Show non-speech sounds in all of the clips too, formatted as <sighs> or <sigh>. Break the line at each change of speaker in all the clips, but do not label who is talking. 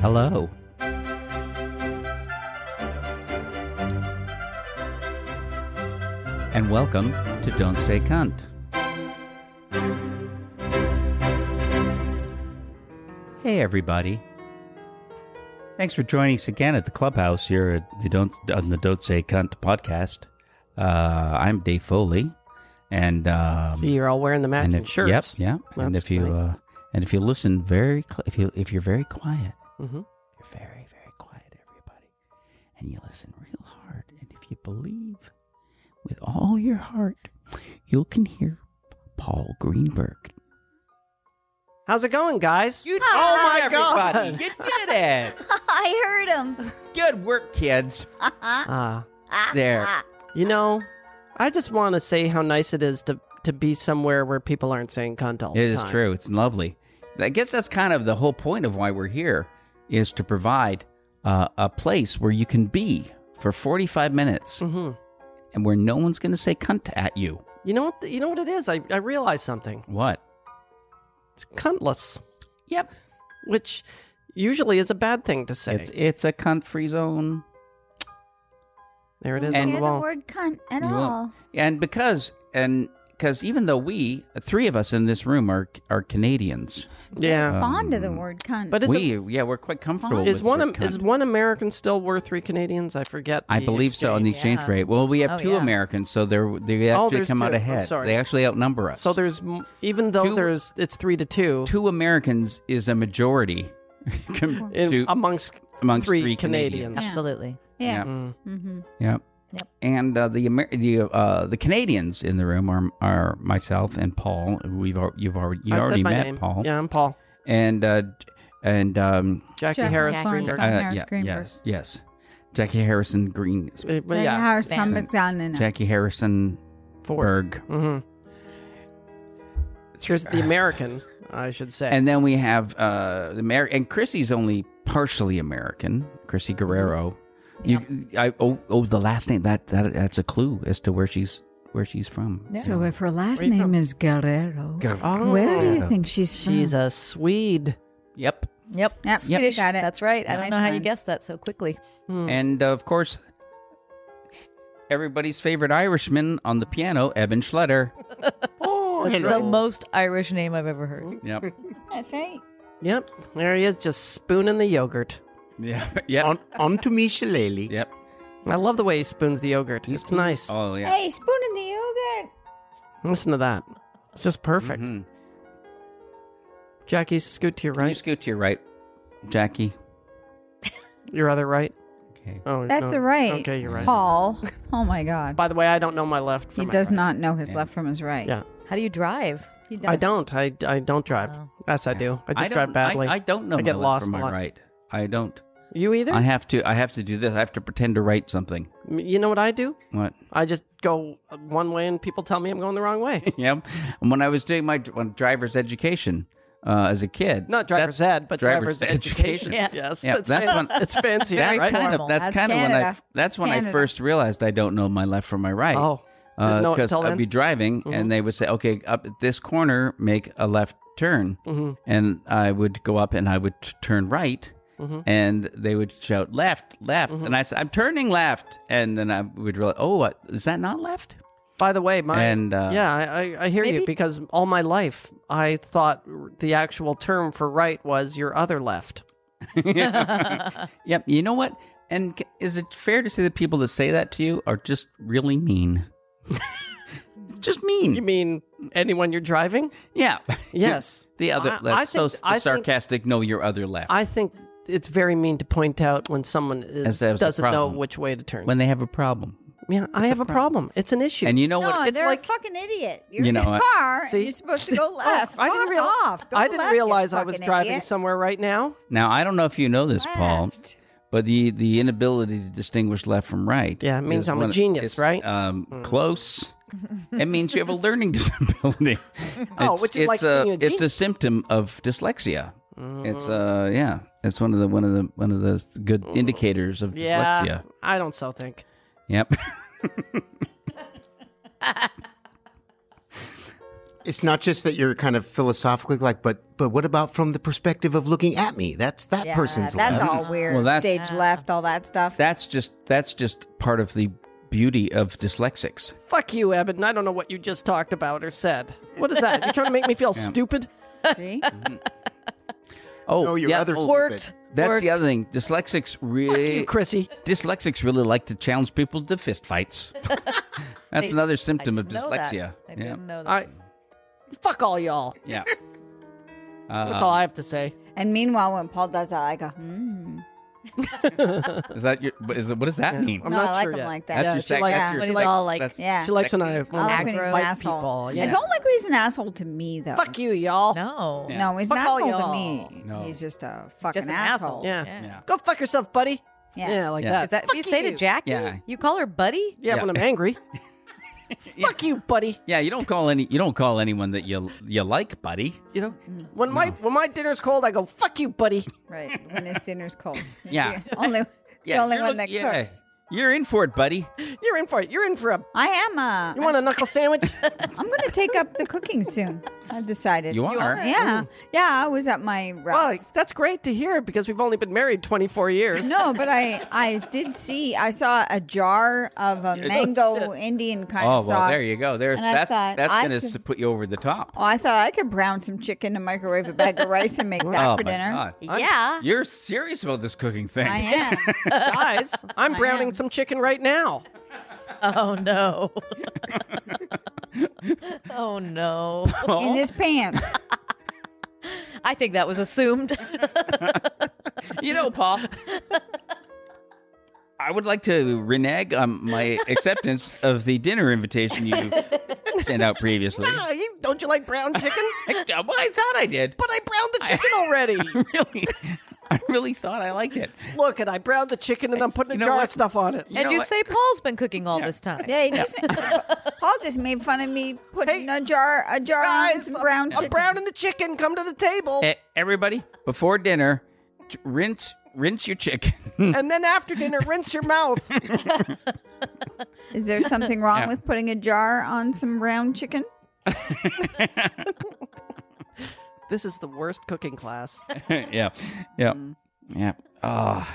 Hello. And welcome to Don't Say Cunt. Hey, everybody. Thanks for joining us again at the clubhouse here at the Don't, on the Don't Say Cunt podcast. Uh, I'm Dave Foley. And um,
See, you're all wearing the matching
and if, Yep,
shirts.
yeah. And
That's
if you
nice.
uh, and if you listen very, cl- if you if you're very quiet,
Mhm.
you're very very quiet, everybody, and you listen real hard, and if you believe with all your heart, you can hear Paul Greenberg.
How's it going, guys?
You,
Oh my God.
everybody, You did it.
<laughs> I heard him.
<laughs> Good work, kids.
Ah,
There.
you know, I just want to say how nice it is to to be somewhere where people aren't saying cunt all
It
the
is
time.
true. It's lovely. I guess that's kind of the whole point of why we're here is to provide uh, a place where you can be for 45 minutes
hmm
and where no one's going to say cunt at you.
You know what? You know what it is. I I realized something.
What?
It's cuntless,
Yep.
which usually is a bad thing to say.
It's it's a cunt free zone.
there it is
I
on
don't
the Um,
hear
wall.
the word cunt at
You won't.
all.
And because and because even though we three of us in this room are are Canadians,
yeah.
Uh,
Fond of the
Um,
word cunt.
but is,
we yeah we're quite comfortable.
is
with
one
the
Am-
word
is
cunt.
one American still worth three Canadians? I forget.
I
the
believe so on the exchange
yeah.
rate. Well, we have
Oh,
two
yeah.
Americans, so they're they
Oh,
actually
there's
come out
two. I'm
ahead.
sorry.
They actually outnumber us.
So there's m- even though
Two-
there's it's three to two,
two Americans is a majority <laughs> com-
in,
to,
amongst
amongst
three
three, Canadians.
Yeah.
Absolutely.
yeah.
Yeah.
Mm.
Mm-hmm.
Yep.
Yep.
And uh, the Amer- the uh, the Canadians in the room are are myself and Paul. We've al- you've already you
I said
already
my
met
name.
Paul.
Yeah, I'm Paul.
And uh, and um,
Jackie
Jackie
Harris
Harris
Greenberg. Uh,
Jackie Harris
Uh, yeah,
Greenberg.
yes, yes, Jackie Harrison Green,
Uh, but
Then
yeah,
Harris
Thanks.
comes down and
Jackie Harrison Berg,
Mm-hmm. There's the American, I should say.
and then we have uh, the Amer- and Chrissy's only partially American. Chrissy
Mm-hmm.
Guerrero. You, I oh, oh the last name that that that's a clue as to where she's where she's from.
So if her last
Where you from?
name is Guerrero,
Guer-
Oh.
where do
Guerrero.
you think she's from?
she's a Swede.
Yep.
Yep.
Yep,
Swedish.
got it.
That's right. I
Nice
don't know how you
one.
guessed that so quickly.
Mm.
And uh, of course, everybody's favorite Irishman on the piano, Evan
<laughs>
Schletter.
Oh,
That's the most Irish name I've ever heard.
Yep.
That's right.
Yep, there he is, just spooning the yogurt.
Yeah. <laughs> Yep.
on, on to me shillelagh.
yep.
I love the way he spoons the yogurt.
He
it's
spoons-
nice.
Oh yeah.
Hey, spoon in the yogurt.
Listen to that. It's just perfect.
Mhm.
Jackie, scoot to your
Mm-hmm. Can you
right.
scoot to your right, Jackie?
your other right.
Okay.
Oh,
That's
no.
the right.
Okay, you're right. <laughs>
Paul. Oh my
Mm-hmm.
God.
By the way, I don't know my left from
he
my
does
right.
not know his
Yeah.
left from his right.
Yeah.
How do you drive?
He does.
I don't. I, I don't drive.
Oh.
Yes, I do. I just
don't-
drive badly.
I, I don't know.
I get
my left
lost
from
a
my
lot.
right. I don't.
You either?
I have to. I have to do this. I have to pretend to write something.
you know what I do?
What? <laughs>
I just go one way and people tell me I'm going the wrong way.
yep. And when I was doing my dr- when driver's education uh, as a kid,
Not driver's
that's-
ed, but
driver's
driver's,
<laughs> education.
education.
Yeah.
Yes.
Yeah, <laughs>
it's,
that's
fancy.
when-
it's fancy,
That's
right?
kind of
formal.
that's,
That's
kind of when I
Canada.
that's when I
Canada.
first realized I don't know my left from my right.
Oh. Didn't know it
because
till
Uh, I'd
then?
be driving
Mm-hmm.
and they would say, "Okay, up at this corner, make a left turn,"
Mm-hmm.
and I would go up and I would t- turn right,
Mm-hmm.
and they would shout "left, left," and I said, "I'm turning left," and then I would realize, "Oh, what is that not
<laughs>
left?" <laughs>
By the way, my
And, uh,
yeah, I, I- I hear you
Maybe-
because all my life I thought the actual term for right was your other left.
Yep. You know what? And c- is it fair to say that people that say that to you are just really mean?
<laughs>
just mean.
You mean anyone you're driving?
yeah.
Yes.
<laughs> The other
I-
left.
I
so
think-
s- the
I think-
sarcastic. no, your other left.
I think it's very mean to point out when someone
As
is,
that was a
doesn't know
problem.
which way to turn.
when they have a problem.
yeah, I have a problem. It's an issue.
And you know
No,
what?
it's
they're
like-
a fucking idiot. You're
You
in
know
the
what?
See?
car.
Oh,
and you're supposed
<laughs>
to go left.
I didn't
Fuck
realize
off. Go
I didn't
left, you
realize I was
fucking
driving
idiot.
somewhere right now.
Now I don't know if you know this, Paul,
Left.
but the the inability to distinguish left from right.
Yeah, it means
is
I'm a
one-
genius,
is,
right? Hmm.
Um, Close. it means you have a learning <laughs> disability.
Oh,
It's-
which is
it's
like
a,
being a
it's a symptom of dyslexia. It's
Mm-hmm.
uh yeah, it's one of the one of the one of the good indicators of
Mm. Yeah,
dyslexia.
I don't so think.
Yep.
It's not just that you're kind of philosophically like, but but what about from the perspective of looking at me? That's that
Yeah,
person's
that's
left.
all weird.
Well, that's-
Stage left, all that
<laughs>
stuff.
That's just that's just part of the beauty of dyslexics.
Fuck you, Evan. I don't know what you just talked about or said. What is that? You're trying to make
<laughs>
me feel stupid?
See?
Mm-hmm.
Oh,
No, your
yeah,
other
oh,
stupid.
Worked.
That's
worked.
the other thing. Dyslexics really
You, Chrissy.
dyslexics really like to challenge people to fist fights. that's another symptom of
Didn't know that.
dyslexia.
I
Yeah.
didn't know that.
I, fuck all y'all.
Yeah.
That's
Uh,
all I have to say.
And meanwhile, when Paul does that, I go, hmm.
is that your, is it, what does that mean?
I'm
no,
not
I like
sure
him
yet.
like
That's
that.
Yeah,
your
she
sec-
likes-
that's
when
your
he's
sex-
all like-
that's-
yeah.
She likes when I
Aggro.
when I
I like when he's an
fight
asshole.
people.
I
Yeah.
don't like when he's an asshole to me,
Um,
though.
Fuck you, y'all.
no.
Yeah.
No, he's
Fuck
an
all
asshole to
y'all.
me.
No.
He's just a fucking
Just an asshole.
asshole.
Yeah.
Yeah.
Yeah.
Go fuck yourself, buddy.
Yeah.
like
Yeah.
that.
Is that
fuck
what you say to Jackie?
Yeah.
You call her buddy?
Yeah,
Yeah.
when
<laughs>
I'm angry. Fuck you, buddy.
Yeah, you don't call any you don't call anyone that you you like, buddy. You know?
When my when my dinner's cold, I go fuck you, buddy.
Right. When his
<laughs>
dinner's cold.
Yeah. <laughs>
The only, the only
you're
one
look-
that
yeah.
cooks.
You're in for it, buddy.
You're in for it. You're in for a.
I am uh
You want a knuckle
<laughs>
sandwich?
I'm going to take up the cooking soon. I've decided.
You are.
Yeah. Yeah, I was at my
well,
Ralph's.
that's great to hear because we've only been married 24 years.
<laughs> No, but I I did see I saw a jar
<laughs>
of a mango Indian kind
oh well,
of sauce.
there you go. There's
And I
that,
thought,
that's
I
gonna
could-
s put you over the top.
Oh, I thought I could brown some chicken and microwave a bag of
<laughs>
rice and make that
oh
for
my
dinner.
god.
yeah.
You're serious about this cooking thing.
I
<laughs>
am.
Guys, I'm browning
am.
some chicken right now.
<laughs>
<laughs>
Oh no. oh no.
<laughs>
In his pants.
I think that was assumed.
<laughs> you know, Paul. I would like to renege on my acceptance of the dinner invitation you sent out previously.
Ah, you, don't you like brown chicken?
<laughs> I, uh, well, I thought I did.
but I browned the chicken already.
I really, I really thought I liked it.
Look, and I browned the chicken and I'm putting a
You know
jar
what?
of stuff on it.
know
and you
what?
say Paul's been cooking all this time.
Yeah, he just <laughs> Paul just made fun of me putting
Hey,
a jar a jar on
Guys,
some brown
I'm
chicken.
browning the chicken. Come to the table.
Eh, everybody, before dinner, t- rinse rinse your chicken. <laughs>
and then after dinner, rinse your mouth.
Is there something
<laughs>
wrong
Yeah.
with putting a jar on some brown chicken?
this is the worst cooking class.
yeah, yeah, yeah. Oh,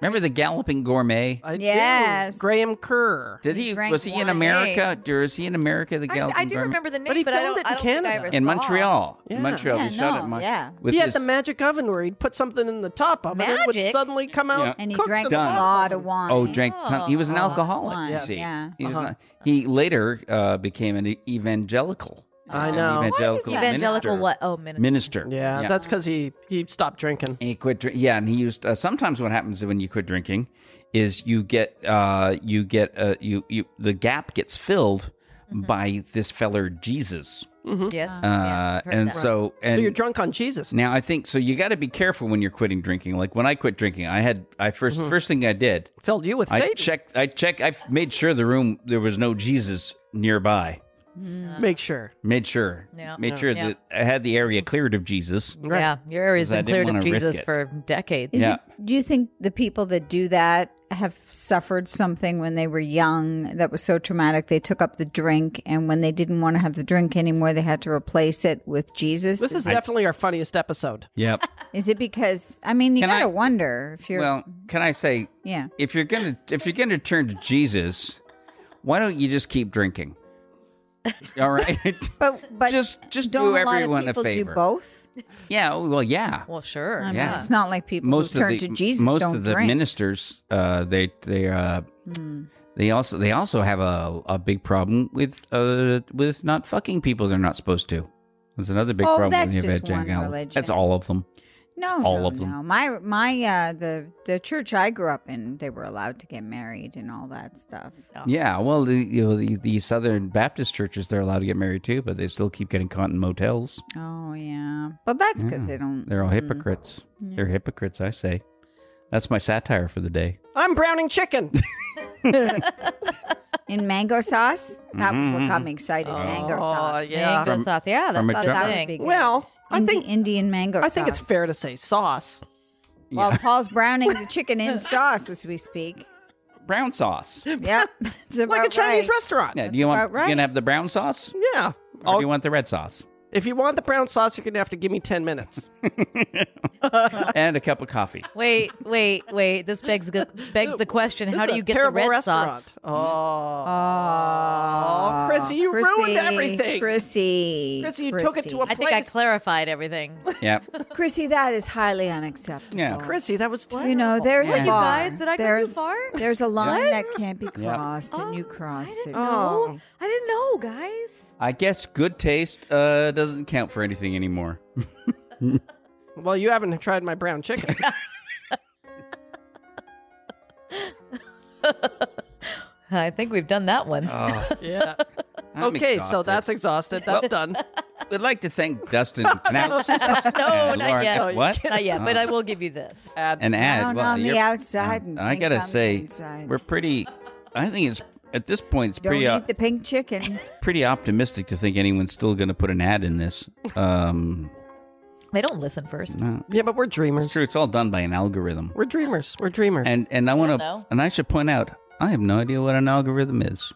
remember the galloping gourmet?
I do.
Yes.
Graham Kerr.
Did
He
he?
drank
Was he in
wine.
America? Or is he in America? The
I,
galloping
I do
gourmet?
remember the name,
But
but,
he
I
filmed
don't,
it in
I don't think I
Canada.
ever
in
saw.
Montreal.
Yeah.
In Montreal,
Yeah,
we shot
no,
at Mon-
yeah.
with
he had
this-
the magic oven where he'd put something in the top of it and it would
Magic?
suddenly come out.
Yeah.
And he
cooked
drank
in the
a
Done.
bottom.
lot of wine.
Oh, drank. Ton- he was an
Oh,
alcoholic.
wine,
you
yes.
see,
yeah.
he was
Uh-huh.
not. He later uh, became an evangelical.
I
an
know. Why is
Evangelical,
Evangelical
minister,
what? Oh, minister.
Minister.
Yeah, that's because he he stopped drinking.
And he quit. Drink- yeah, and he used. Uh, sometimes what happens when you quit drinking is you get uh, you get uh, you you the gap gets filled by this feller Jesus.
Yes.
Uh, and so and
So you're drunk on Jesus.
Now I think so. You got to be careful when you're quitting drinking. Like when I quit drinking, I had I 1st
Mm-hmm.
first thing I did,
Filled you with
I
Satan.
checked. I checked. I f- made sure the room there was no Jesus nearby.
Make sure.
Made sure.
Yeah.
Made sure
Yeah.
that I had the area cleared of Jesus.
Yeah, your area's
'Cause I
been
didn't
cleared of
wanna risk
Jesus
it.
for decades.
Is
Yeah.
it, do you think the people that do that have suffered something when they were young that was so traumatic they took up the drink and when they didn't want to have the drink anymore they had to replace it with Jesus?
This is definitely our funniest episode.
Yep.
is it because I mean you
Can
gotta
I-
wonder if
<laughs>
you're
well, can I say
yeah
if you're gonna if you're gonna turn to Jesus, why don't you just keep
<laughs>
drinking? All right. <laughs>
but but
Just- just
don't
do
a lot of
everyone a
people
favor.
do both?
yeah. Well. Yeah.
Well, sure.
I mean,
Yeah.
it's not like people
most
who turn
of the
to Jesus
most
don't
of the
drink. Hmm.
ministers uh, they they uh, they also they also have a, a big problem with uh, with not fucking people they're not supposed to. That's another big
Oh,
problem
that's
with the
just one
evangelical.
religion.
That's all of them.
no,
all
no,
of them.
No. My my uh, the the church I grew up in, they were allowed to get married and all that stuff.
Yeah, well, the, you know, the, the Southern Baptist churches they're allowed to get married too, but they still keep getting caught in motels.
Oh yeah, but that's because
Yeah.
they don't.
They're all
Mm.
hypocrites. They're hypocrites, I say. That's my satire for the day.
I'm browning chicken.
in mango sauce. That was what
Mm-hmm.
got me excited.
Oh,
Mango sauce.
yeah.
Mango sauce. Yeah, that's
from a
not
jar-
a
That would be
thing.
good.
Well, I
Indi-
think
Indian mango.
I think it's
sauce.
fair to say sauce.
Well, Paul's browning the
<laughs>
chicken in sauce as we speak.
Brown sauce.
<laughs> Yep, It's
Like a
about
Chinese
right.
restaurant.
Yeah, do you want?
about
You
right.
gonna have the brown sauce?
Yeah.
Or do you want the red
<laughs>
sauce?
If you want the brown sauce, you're going to have to give me 10 minutes.
and a cup of coffee.
Wait, wait, wait. This begs the, begs the question: How do you get the
Terrible
red
restaurant.
sauce? Uh,
Oh.
Oh,
Chrissy, you ruined everything.
Chrissy, Uh,
Chrissy, you took it to a
I think I
place.
clarified everything. <laughs>
Yeah.
Chrissy. That is highly unacceptable.
Yeah.
Chrissy, that was terrible.
You know, there's
What,
a
you
bar.
guys? Did I go too
there's,
far?
<laughs>
There's a line that can't be crossed, and you
Oh,
crossed
I
it.
didn't know. I didn't know, guys.
I guess good taste uh, doesn't count for anything anymore.
Well, you haven't tried my
<laughs>
brown chicken.
I think we've done that one.
Oh,
<laughs> yeah.
I'm
Okay, so
exhausted.
that's exhausted. That's
<laughs>
done.
I'd like to thank
<laughs>
Dustin
<laughs>
Knauss.
no,
and
not
Lauren- <laughs>
yet.
What?
Not yet.
Oh.
But I will give you this.
Add.
and ad.
Down
well,
on the
you're- um,
outside. and
I
pink on
gotta
the
say,
inside.
we're pretty. I think it's at this point it's
don't
pretty uh,
eat the pink chicken. <laughs>
pretty optimistic to think anyone's still going to put an ad in this. Um,
They don't listen first.
no,
yeah, but we're dreamers.
it's true. It's all done by an algorithm.
We're dreamers. We're dreamers.
And and I want to
know.
and I should point out I have no idea what an algorithm is,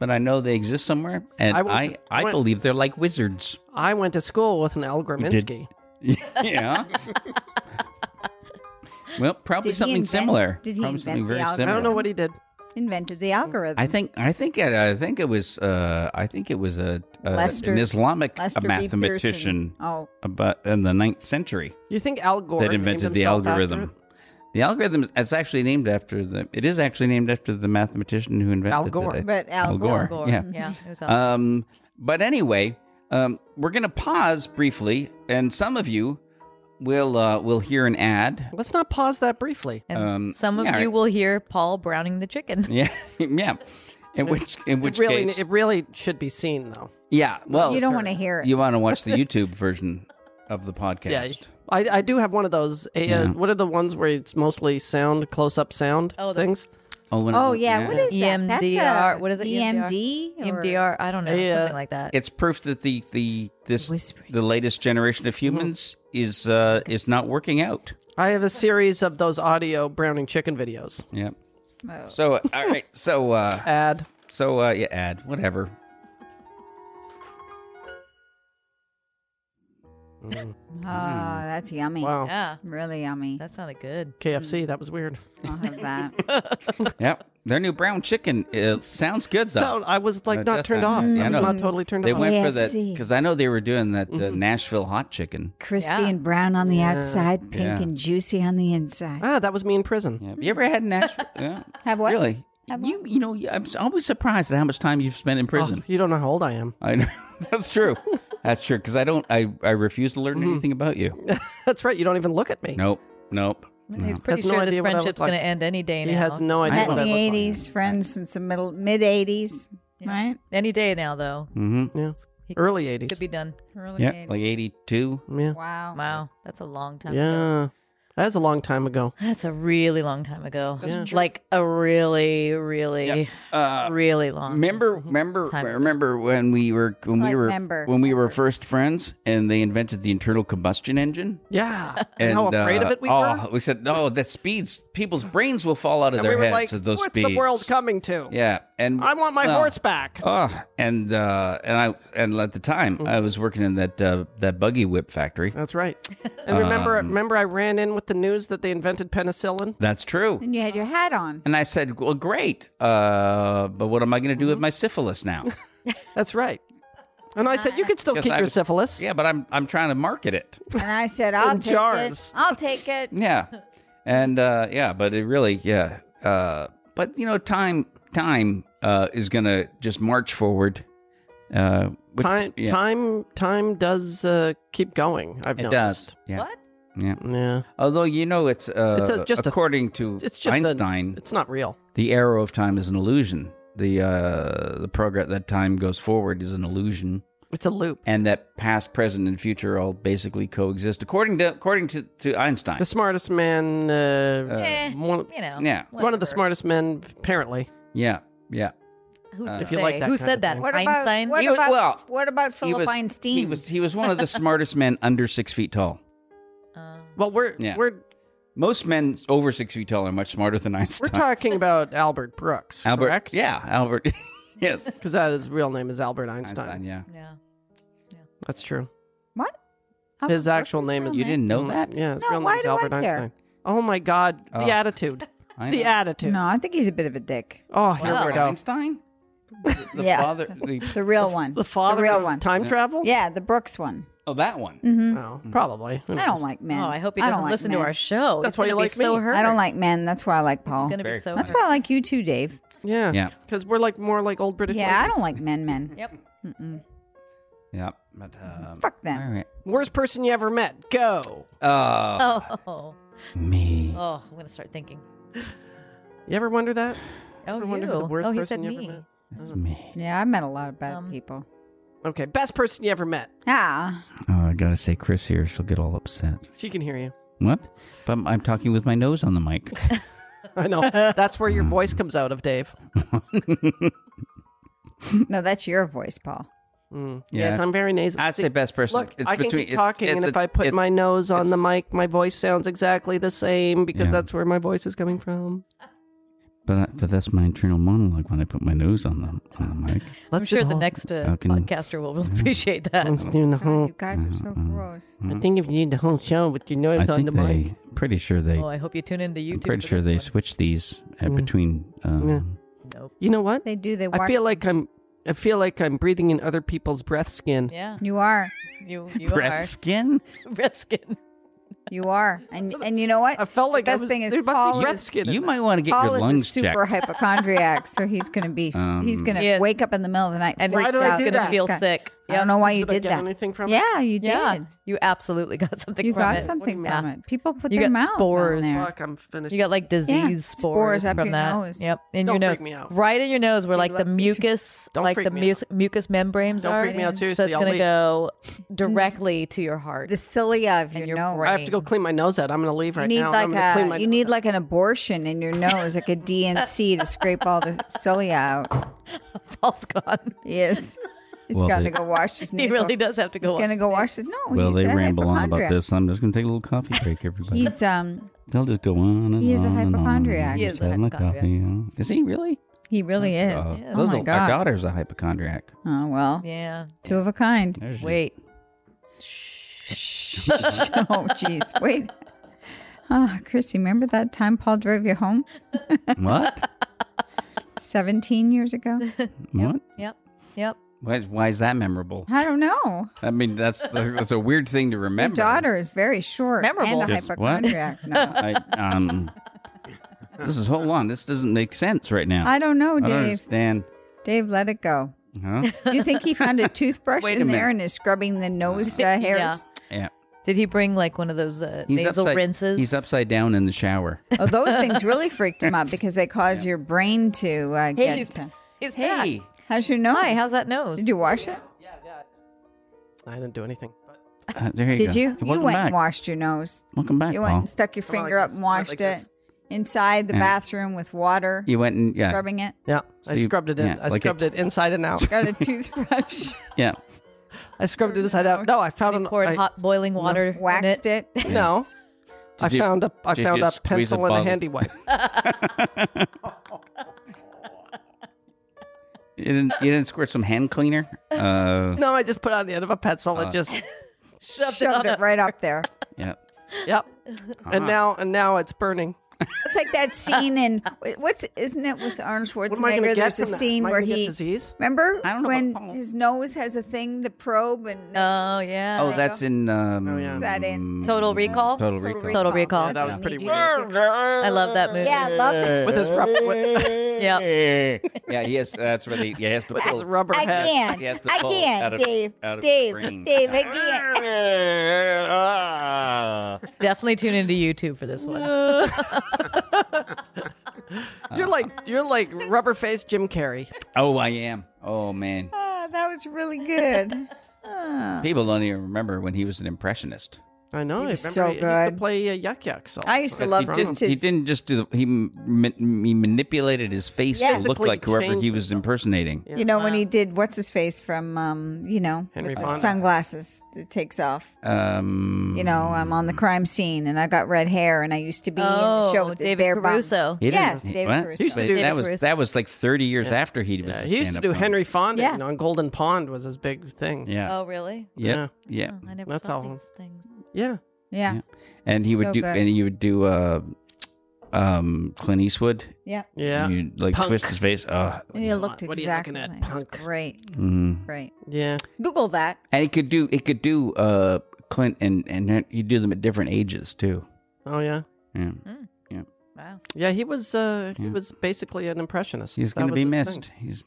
but I know they exist somewhere, and
Hmm. I
I
will
I,
t- I-
believe they're like wizards.
I went to school with an Al Graminsky.
<laughs> yeah. Well, probably
Did he
something
invent-
similar.
did he
probably something
invent the
very
algorithm?
I
similar.
don't know what he did.
Invented the algorithm.
I think I think it, I think it was uh, I think it was a, a
Lester-
an Islamic
Lester B. Pearson.
mathematician
Oh,
about in the ninth century
You think Al Gore
that invented
named
the
himself after
algorithm. The algorithm is it's actually named after the it is actually named after the mathematician who invented
Al Gore.
it.
but Al, Gore. Mm-hmm.
Gore.
Yeah.
Yeah. It was awesome.
Um, but anyway, um, we're gonna pause briefly, and some of you will uh, will hear an ad.
it? Let's not pause that briefly.
and
um,
some of
yeah,
you
I-
will hear Paul browning the chicken.
Yeah, <laughs> yeah. In which in which
it really,
case,
it really should be seen though.
yeah. Well,
You don't want to hear it.
Oh, You want to watch the YouTube version of <laughs> the podcast?
Yeah, I, I do have one of those. Uh, What are the ones where it's mostly sound, close up sound
Oh, the-
things?
Oh, when-
oh yeah. What is that? That's
EMDR.
a
What is it?
EMD.
<laughs>
or-
MDR. I don't know.
Yeah.
Something like that.
It's proof that the the this
Whispering. Mm-hmm.
the latest generation of humans is uh is not working out.
I have a series of those audio browning chicken videos.
Yep.
Oh.
So all right. So uh
Ad.
so uh yeah. Ad
<laughs>
whatever.
Oh, that's yummy.
Wow.
yeah.
Really yummy.
That sounded good.
KFC. That was weird.
I'll have that.
Yep. Their new brown chicken uh, sounds good though.
So I was like
No,
not
just
turned
that.
off.
Yeah,
I
I
was
know.
not totally turned
They
off.
went for that
KFC.
because I know they were doing that uh,
Mm-hmm.
Nashville hot chicken.
Crispy
Yeah.
and brown on the outside, pink
Yeah.
and juicy on the inside.
ah, that was me in prison.
Yeah. Have you ever
<laughs>
had Nashville? yeah.
Have what? Oh.
Really? You you know I'm always surprised at how much time you've spent in
<laughs>
prison.
Oh, You don't know how old I am. <laughs>
I know <laughs> that's true. That's true because I don't. I I refuse to learn
Mm-hmm.
anything about
<laughs>
you.
That's right. You don't even look at me.
Nope. Nope.
He's pretty
Has no
sure this
idea what I look
friendship's
like.
going to end any day now.
He has no idea
Met
what
in
I
the
look like.
eighties, friends since the middle mid eighties, right?
any day now, though.
Yeah. Early eighties.
Could be done.
Early
Mm-hmm. Yeah,
80s.
like eighty-two.
yeah.
wow.
Wow, that's a long time. ago.
Yeah. That's a long time ago.
that's a really long time ago. Like a really, really,
Uh,
really long.
remember,
Mm-hmm.
remember,
Time.
remember when we were when we
Like
were
member.
when we were first friends, and they invented the internal combustion engine.
<laughs>
Yeah.
And
how afraid
uh,
of it we
oh,
were.
we said no. That speeds people's brains will fall out of
And
their
we were
heads
like,
at those
what's
speeds.
the world coming to?
Yeah, and
I want my
no.
horse back. Mm-hmm.
Oh, and uh, and I and at the time I was working in that uh, that buggy whip factory.
That's right.
<laughs>
And remember,
Um,
remember, I ran in with the news that they invented penicillin.
That's true.
And you had your hat
<laughs>
on.
And I said, "Well, great, uh, but what am I going to do
Mm-hmm.
with my syphilis
<laughs>
now?"
That's right. And I said, you could still
Yes,
keep
I
your
was-
syphilis.
yeah, but I'm I'm trying to market it.
And I said, I'll
In
take
jars.
it. I'll
<laughs>
take it.
Yeah, and uh, yeah, but it really, yeah, uh, but you know, time time uh, is going to just march forward. Uh, which-
Time,
yeah,
time, time does uh, keep going. I've
it
noticed.
does. Yeah,
What?
yeah.
Yeah,
Although you know, it's uh,
It's a- just a-
according to
it's just a-
Einstein.
it's not real.
the arrow of time is an illusion. The uh, the progress that time goes forward is an illusion,
It's a loop.
and that past, present, and future all basically coexist according to according to, to Einstein.
The smartest man, uh,
Eh,
one,
you know.
yeah.
one of the
whatever.
smartest men, apparently.
Yeah, yeah.
Who's to
If you like
say?
that
Who
kind of
said that?
thing.
What
Einstein.
about what
He was-
about
well,
what about
he
Philip
was,
Einstein?
He was he was one of the smartest men <laughs> under six feet tall.
Uh,
Well, we're
Yeah.
we're
Most men over six feet tall are much smarter than
we're
Einstein.
talking about Albert Brooks,
Albert,
correct?
yeah, Albert. <laughs> yes.
because that his real name is Albert Einstein.
Einstein, yeah.
Yeah.
That's true.
What? Oh,
His
what's
actual name
real
is-
You didn't know that?
Mm, Yeah, his
No,
real
why
name's
do I
Albert
care?
Einstein. Oh my God,
Oh.
the attitude,
I
the
know.
attitude.
No, <laughs> I think he's a bit of a dick.
Oh, here we
Albert
go.
Einstein? The
<laughs> Yeah.
father. The,
The real one.
The father
real
of
one.
time travel.
yeah, the Brooks one.
oh, that one.
Mm-hmm.
No, probably. Who
I
knows?
don't like men.
Oh, I hope he
don't
doesn't
like
listen to
men.
our show.
That's
He's
why you
gonna be
like
so
me.
hurt.
I don't like men. That's why I like Paul.
He's gonna be so
That's
hurt.
why I like you too, Dave.
Yeah,
Yeah.
Because we're like more like old British.
Yeah, I
ladies.
don't like men, men.
Yep.
Yeah. But, um,
Fuck
All
them.
right.
Worst person you ever met. Go.
Uh,
Oh.
Me.
Oh, I'm gonna start thinking.
You ever wonder that?
Oh,
I
you.
wonder who the worst
oh, he
person
said
you ever
me.
met.
That's me.
Yeah, I met a lot of bad
Um,
people.
Okay, best person you ever met.
Ah, <laughs>
Oh, I gotta say, Chris here, she'll get all upset.
She can hear
<laughs>
you.
What? But I'm talking with my nose on the mic.
I know. That's where your voice comes out of, Dave.
no, that's your voice,
<laughs>
Paul.
Mm.
Yeah.
Yes, I'm very nasal.
I'd
See,
say best person.
Look, I can keep talking, and if
I
I put my nose on the mic, my voice sounds exactly the same because
Yeah.
that's where my voice is coming from.
But, I, but that's my internal monologue when I put my nose on the, on the mic.
I'm
Let's
sure
just
the
hold-
next uh,
How can-
podcaster will <laughs> appreciate that.
Let's do the
God,
whole.
you guys are so gross.
I think if you need the whole show with your nose
Mm. I
on
think
the
they,
mic.
pretty sure they,
Oh, I hope you tune into YouTube.
I'm pretty
for
sure
this
they
one.
switched these uh, between. Um,
You know what?
They do. They
I
walk.
feel like I'm. I feel like I'm breathing in other people's breath
<laughs>
skin.
Yeah,
<laughs> you are.
you you
Breath
<laughs>
skin?
are redskin.
You are.
<laughs>
And and you know what?
I felt like
the
I
best
was,
thing is
there must
Paul
be breath
is-
skin. in
You
there.
might want to get
Paul
your
is
lungs
<laughs>
a super
checked.
hypochondriac, so he's gonna be
Um,
he's gonna
Yeah.
wake up in the middle of the night
And
freaked
why did I
out.
do that? Feel
Scott-
sick.
I don't know why you
Did I
did
get
that.
anything from it?
Yeah, you
Yeah,
did.
you absolutely got <laughs> something.
You
from
got
it.
something
Yeah.
from it. People put
You
their
got
mouths
spores.
on there.
Fuck, I'm finished.
You got like disease
spores
spores,
up
from
your
that.
nose.
Yep, in
Don't
your
freak
nose,
me out.
right in your nose, where like the
look, you-
mucus,
Don't
like
freak
the
me
mucus, mucus membranes
Don't
are.
freak me out.
So
Seriously,
it's
I'll
gonna
leak.
<laughs>
go directly to your heart.
The cilia of your,
your
nose.
brain.
I have to go clean my nose out. I'm going to leave right
You need
now.
like
I'm gonna clean my
a you
nose
need
out.
like an abortion in your
<laughs>
nose, like a DNC to scrape all the cilia out. <laughs>
Paul's gone.
Yes, he's
Well,
got
they-
to go wash
<laughs>
his.
He
nasal-
really does have to go.
He's gonna go wash his. No,
Well,
he's
they
a
ramble on about
hypochondriac.
this. I'm just going to take a little coffee break, everybody.
He's um,
They'll just go on and
He is a
on and on.
hypochondriac.
He
Just
is a
having a
hypochondriac.
coffee, you know. Is he really?
he really is.
Uh,
oh
those
my
are-
god.
Our daughter's a hypochondriac.
Oh well,
Yeah.
two of
<laughs>
a kind. <laughs>
There's your-
Wait.
oh jeez, wait. Ah, Chrissy, remember that time Paul drove you home
What?
17 years ago?
what?
<laughs> Yep. Yep.
Why, is- why is that memorable?
I don't know.
I mean, that's that's a weird thing to
Your
remember.
daughter is very short
memorable.
and a
Just what? <laughs>
hypochondriac. No.
I, um, this is hold on. This doesn't make sense right now.
I don't know,
I don't
Dave.
understand.
Dave, let it go. <laughs>
Huh?
Do you think he found a toothbrush
Wait a
in there
minute.
and is scrubbing the nose uh, hairs?
Yeah.
Did he bring like one of those uh, nasal
upside,
rinses?
He's upside down in the shower.
Oh, those things really freaked him out because they cause your brain to uh, get.
he's-
To...
He's
hey,
back.
How's your nose?
Hi, how's that nose?
Did you wash it?
I didn't do anything.
Uh, there you
Did
go.
you?
Hey,
You
Welcome
went
back.
and washed your nose.
Welcome back,
You went
Paul.
and stuck your
on,
finger
like
up
this.
and
Come on, like
washed it
this.
inside the
Yeah.
bathroom with water,
You went and yeah, <laughs>
scrubbing it.
Yeah, I
So you-
scrubbed it in.
yeah,
I
like
scrubbed
a-
it inside and
<laughs>
out.
Got a toothbrush,
yeah.
I scrubbed it inside out. No, I found an.
poured
I,
hot boiling water. in
waxed it.
No, I
Did you-
found a. I
did
found
you
a
squeeze a
pencil and a
bottle? <laughs>
handy wipe.
You didn't, you didn't squirt some hand cleaner? Uh,
No, I just put it on the end of a pencil
Ah.
and just.
shoved it right up there.
yeah. <laughs>
Yep. And
Ah.
now and now it's burning.
It's like
<laughs>
that scene in what's isn't it with Arnold
What am I going to get
Schwarzenegger? There's
from
a
that?
scene
Am I
where
gonna get
he
disease.
remember
I don't know
when
about Paul.
his nose has a thing, the probe, and
Oh yeah.
Oh, that's in. Um,
yeah.
that in
Total Recall.
Total
Total
Recall.
Recall.
Total Recall.
That's
That
what
was
we
pretty
need you to do.
I love that movie.
Yeah, I love that.
With his rub- <laughs> with,
Yeah.
<laughs> yeah, he has. That's where the. Yeah, he has to
with his
pull.
rubber head.
He has
Again,
to pull
again,
out of-
Dave,
out of
Dave,
brain.
Dave, again.
Definitely tune into YouTube for this one. Oh,
You're like you're like rubber faced Jim Carrey.
<laughs> Oh, I am. Oh man,
Ah, that was really good. Ah.
people don't even remember when he was an impressionist.
I know. I
was
remember
so
he- he used to
good.
play uh, Yuck Yuck Song.
I used to
Because
love
he
just
He
his.
didn't just do the. He, ma- he manipulated his face
Yes.
to look
Physically
like whoever he
changed
was impersonating.
You know when he did what's his face from um you know
Henry
with the
Fonda.
sunglasses that takes off.
Um,
You know I'm on the crime scene and I got red hair and I used to be in the show
Oh,
with the
David
bear bun.
Caruso.
he didn't-
Yes,
he-
David
what?
Caruso. He
used to
Wait,
do-
that was
David Caruso.
that was like thirty years after he was.
Yeah,
a
he used to
stand-up
do
comic.
Henry Fonda
Yeah.
you know, on Golden Pond was his big thing.
Yeah.
Oh, really?
Yep.
Yeah.
Yeah.
Oh, I never
That's
saw
all.
these things.
Yeah.
Yeah,
Yeah. And he would
So
do,
good.
and he would do, uh, um, Clint Eastwood.
yeah.
Yeah.
You like
Punk.
twist his face. Uh,
And he looked
What are you
exactly.
looking at,
like- it was
punk?
Great,
mm.
great.
Yeah.
Google that.
And he could do, it could do, uh, Clint and and he'd do them at different ages too.
Oh yeah.
Yeah.
Wow.
Yeah, he was uh he
Yeah.
was basically an impressionist.
He's
That
gonna
was
be
his thing.
missed.
<laughs>
He's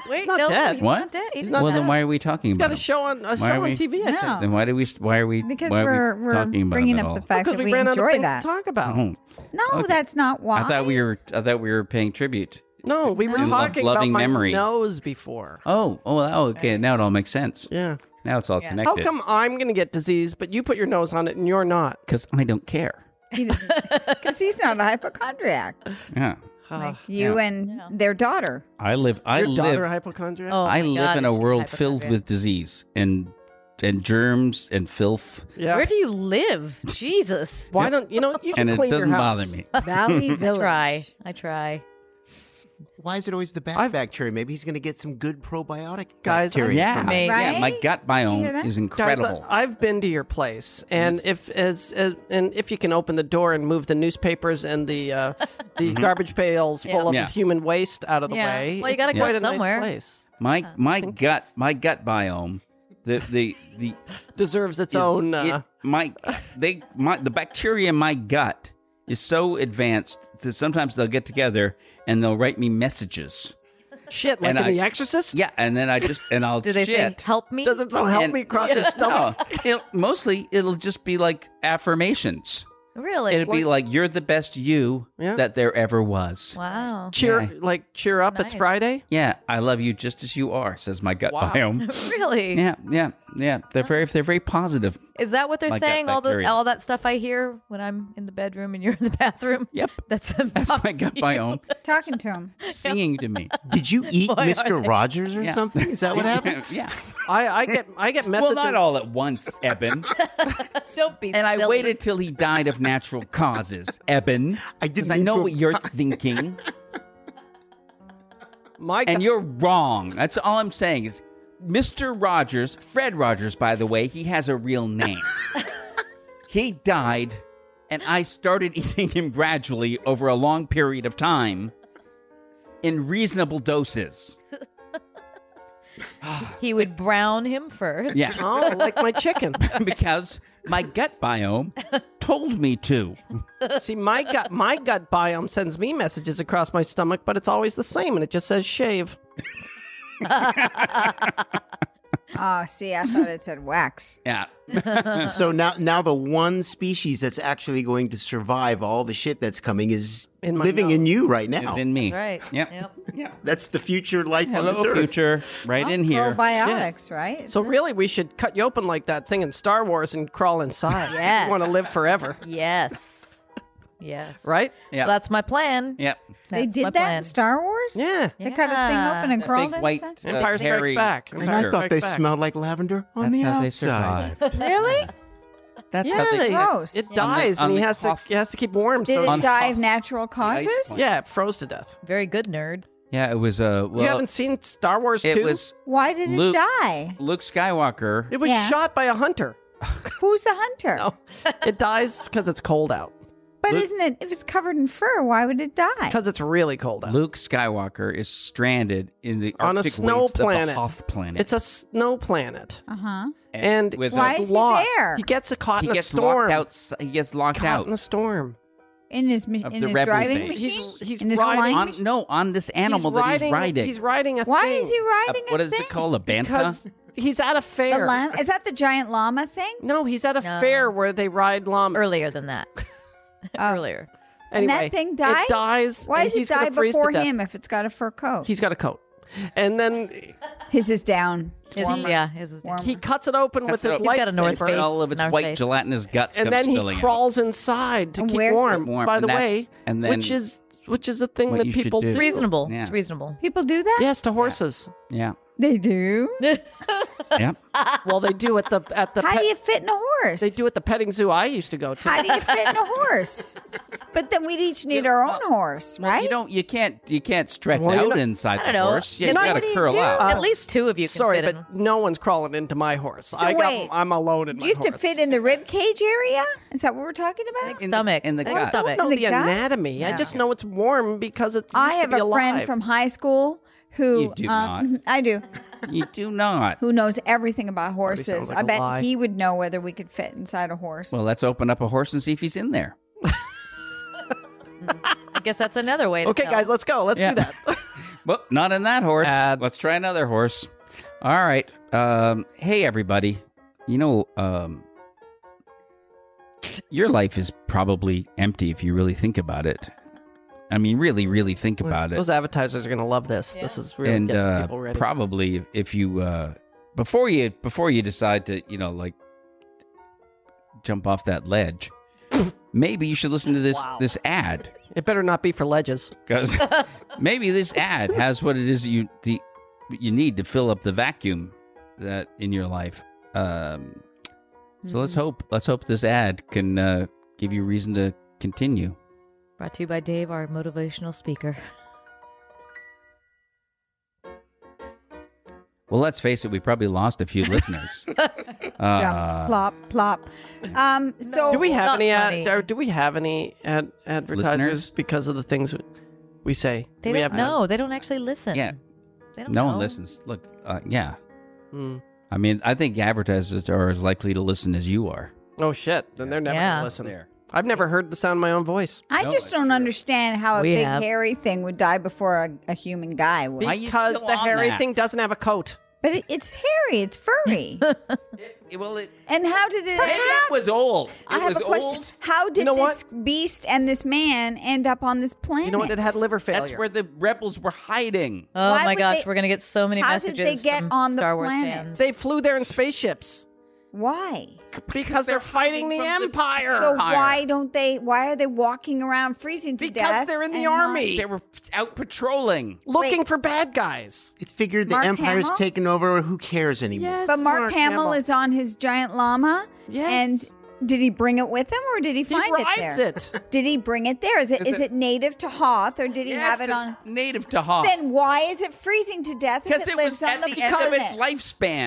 <laughs>
Wait,
not
no,
dead.
he's
What?
not dead. He
He's
didn't
not
well.
die.
Then why are we talking
He's
about?
got a
him?
show on a show
Why are
on
we-
TV, I
No.
think.
Then why do we? Why are we?
Because
why are we
we're, we're
talking about
bringing
him at
up
all?
the fact
Because
that
we,
we,
ran out of
enjoy
things
that.
to talk about.
<laughs>
Oh,
No,
Okay.
that's not
<laughs>
why.
I thought we were. I thought we were paying tribute.
No, we were
In lo-
talking
loving
about
memory.
my nose before.
Oh, oh, oh, okay. Now it all makes sense.
Yeah.
Now it's all
How
Yeah.
connected.
Oh, come I'm going to get disease, but you put your nose on it and you're not?
Because I don't care.
because he's not
<laughs>
a hypochondriac
Yeah,
like
Ah,
you and
Yeah.
their daughter.
I live. I
your
live.
daughter hypochondriac?
Oh,
I
my
live
God,
in a
is she
world filled
hypochondriac?
with disease and and germs and filth,
yeah.
Where do you
<laughs>
live? Jesus.
Why don't you know you
and
can
it
clean your
doesn't
house?
bother me.
Valley
<laughs> I
Village.
try. I try.
Why is it always the bad
I've-
bacteria? Maybe he's going to get some good probiotic
Guys,
bacteria.
I've-
Yeah,
from it.
Maybe.
yeah. My
Right?
gut
You hear
biome
that?
is
Guys,
incredible.
<laughs> I, have been to your place, and if as, as and if you can open the door and move the newspapers and the uh, the garbage pails full of
Yeah.
human waste out of the
Yeah.
way,
Well, you
it's
gotta go
quite a nice
somewhere.
place
my my gut my gut biome, the the
<laughs>
the
deserves its
is-
own.
it-
Uh,
my they my the bacteria in my gut is so advanced that sometimes they'll get together and they'll write me messages.
Shit, like
and
in
I-
The Exorcist?
Yeah, and then I just and I'll
<laughs> Do they
shit.
say help me?
Does it so help
and-
me cross your stomach?
no, it'll, mostly it'll just be like affirmations.
really?
It'll be like you're the best you
Yeah.
that there ever was. <laughs>
wow.
Cheer, like cheer up, it's
Nice.
Friday.
Yeah, I love you just as you are, says my gut
Wow.
biome.
<laughs>
Really?
Yeah, yeah, yeah. They're very they're very positive. <laughs>
Is that what they're
Like that
saying? All the
bacteria.
all that stuff I hear when I'm in the bedroom and you're in the <laughs> bathroom.
Yep.
That's them
That's my
talking
gut
to you.
biome
Talking to him.
singing to me.
Did
<laughs>
you eat
Why are
Mr. Rogers or
Yeah.
something?
<laughs>
Is that what happened?
yeah.
I, I get I get
Well,
messages.
not all at once,
<laughs>
Eben.
<laughs> Don't be
And I
silly.
waited till he died of natural causes, Eben.
I
'cause
didn't
I know
mean to-
what
<laughs>
you're thinking,
My
and
gu-
you're wrong. That's all I'm saying is, Mr. Rogers, Fred Rogers, by the way, he has a real <laughs> name. he died, and I started eating him gradually over a long period of time, in reasonable doses.
He would brown him
<laughs>
first.
Yeah.
<laughs> oh, like my chicken.
because my gut biome told me to.
See, my gut my gut biome sends me messages across my stomach, but it's always the same, and it just says shave.
Oh, see, I thought it said wax.
Yeah.
So now, now the one species that's actually going to survive all the shit that's coming is
In my
living
mouth.
in you right now.
Within me.
Right.
Yep.
That's the future life on this
Hello,
earth.
future. Right <laughs> in here.
Probiotics, right?
So really, we should cut you open like that thing in Star Wars and crawl inside.
Yes.
You want to live forever,
Yes. Yes.
right?
Yeah.
That's my plan.
Yep.
they
That's
did
my
that in
plan.
Star Wars?
Yeah.
They cut a thing open and
That
crawled
big
in.
white <laughs> uh,
Empire Strikes
hairy
Back.
And I
Sure.
thought they
Right back.
smelled like lavender on
That's
the
how they
outside.
survived.
really?
That's
Yeah,
how they
they-
Gross.
it
On the-
dies,
on
and he
the
has
cough-
to he has to keep warm.
Did
so
it die
Huff-
of natural
ice
causes?
plant.
yeah, it froze to death.
Very good nerd.
Yeah, it was uh well
you haven't seen Star Wars
it
two?
was
Why did
Luke-
it
<laughs>
die?
Luke Skywalker.
it was
Yeah.
shot by a hunter.
Who's the hunter?
No, it dies because it's cold out.
But
Luke-
isn't it, if it's covered in fur, why would it die?
Because it's really cold out.
Luke Skywalker is stranded in the
On a
Arctic
snow
wastes
planet.
Of the Hoth planet.
It's a snow planet,
Uh huh.
and
with
Why
a-
he's
is he
lost.
there?
gets caught
he
in a
gets
storm.
locked out. He gets locked
Caught
out.
in a storm.
In his, ma-
Of
in
the
his
rebel
driving
phase.
machine?
He's- he's
in his
riding
flying
on
machine?
no on this animal that he's riding.
He's riding a
Why
thing.
is he riding
A- what
a
is
thing?
it called? A banta?
Because he's at a
The
fair.
llama? Is that the giant llama thing?
No, he's at a
No.
fair where they ride llamas.
Earlier than
<laughs>
that. <laughs> Earlier.
Anyway,
and that thing
It
dies.
dies.
Why
and
does
he's
it
gonna
die
freeze to
before
death.
him if it's got a fur coat?
He's got a coat. And then
His is down.
Oh.
His- yeah, his is warm.
Um,
he cuts it open with his
Cuts it
lightsaber.
open.
got a north face.
all of its
North
white
face.
gelatinous guts
and
come
then he
spilling out.
crawls inside to
And
keep
wears
warm,
it warm,
By
and
the
that's-
way,
and then
which is which is a thing
what
that
you should
people
do.
It's reasonable.
Yeah.
It's reasonable.
People do that?
Yes, to horses. <laughs>
Yeah,
They do.
yeah.
well, they do at the at the
How
pet-
do you fit in a horse?
they do at the petting zoo I used to go to.
How do you fit in a horse? But then we'd each need our own horse, right?
You don't. You can't. You can't stretch
Well, you
out
don't-
inside the
know.
horse. Yeah,
You
you
know,
got
what
to
do you
curl
do?
up.
At least two of you can
Sorry,
fit in.
but no one's crawling into my horse. I
wait.
got, I'm alone in
Do
my
you have to
horse.
fit in the rib cage area? Is that what we're talking about?
In the-
stomach
in the
I think
gut.
stomach.
know
the
the,
gut?
anatomy. I just know it's warm because it's.
I
used
have
to be
a friend
alive.
from high school who
You do
um,
not.
<laughs> I do.
Uh,
You do not.
Who knows everything about horses?
sounds like
I
a
bet
lie.
he would know whether we could fit inside a horse.
Well, let's open up a horse and see if he's in there.
I guess that's another way. To
Okay,
tell.
guys, let's go. Let's
Yeah.
do that.
Well, not in that horse.
Uh,
Let's try another horse. All right. Um, hey, everybody. You know, um, <laughs> your life is probably empty if you really think about it. I mean, really, really think about it.
Those advertisers are going to love this. This is really
and
getting
uh,
people ready.
probably if you uh, before you before you decide to you know like jump off that
<laughs>
ledge, maybe you should listen to this this ad
it better not be for ledges.
because <laughs> maybe this ad has what it is you the you need to fill up the vacuum that in your life. Um, so
Hmm.
let's hope let's hope this ad can uh, give you reason to continue.
Brought to you by Dave, our motivational speaker.
Well, let's face it, we probably lost a
<laughs>
few listeners.
Jump,
Uh,
plop, plop. Um, so
Do we have
Not
any? Ad,
funny.
or do we have any ad, advertisers
Listeners?
because of the things we say?
They
we
don't
have-
know. They don't actually listen.
Yeah.
They don't
no
know.
one listens. Look, uh, yeah.
Mm.
I mean, I think advertisers are as likely to listen as you are.
Oh shit! Then they're never going
Yeah.
to listen. I've never heard the sound of my own voice.
I
No,
just
that's
don't
true.
understand how a
We
big
have-
hairy thing would die before a, a human guy would.
Why you
Because
still
the
on
hairy
that?
thing doesn't have a coat.
But it, it's hairy. It's
<laughs>
furry.
Well, it,
and how did it?
maybe it was old. It
I have
was
a question.
old.
How did
know
this beast and this man end up on this planet?
You know what? It had liver failure.
That's where the rebels were hiding.
Oh
Why
my
would
gosh,
they-
we're gonna get so many
How did
messages
they get
from
on the
Star Wars
planet?
fans.
they flew there in spaceships
Why?
because they're fighting the
hiding from the-
empire.
So
Higher.
why don't they? Why are they walking around freezing to
because
death?
they're in the
and not-
army,
They were out patrolling.
looking
Wait.
for bad guys.
It figured the
Mark
empire's
Hamill?
taken over. Who cares anymore?
but Mark, Hamill, is on his giant llama.
Yes.
And did he bring it with him, or did he
He
find it
rides
there?
it.
Did he bring it there? Is it is, it, native to Hoth, or did he have it
it's
on?
native to Hoth.
Then why is it freezing to death? if
Because it
lives
was
on
at
the,
the end of its
planet?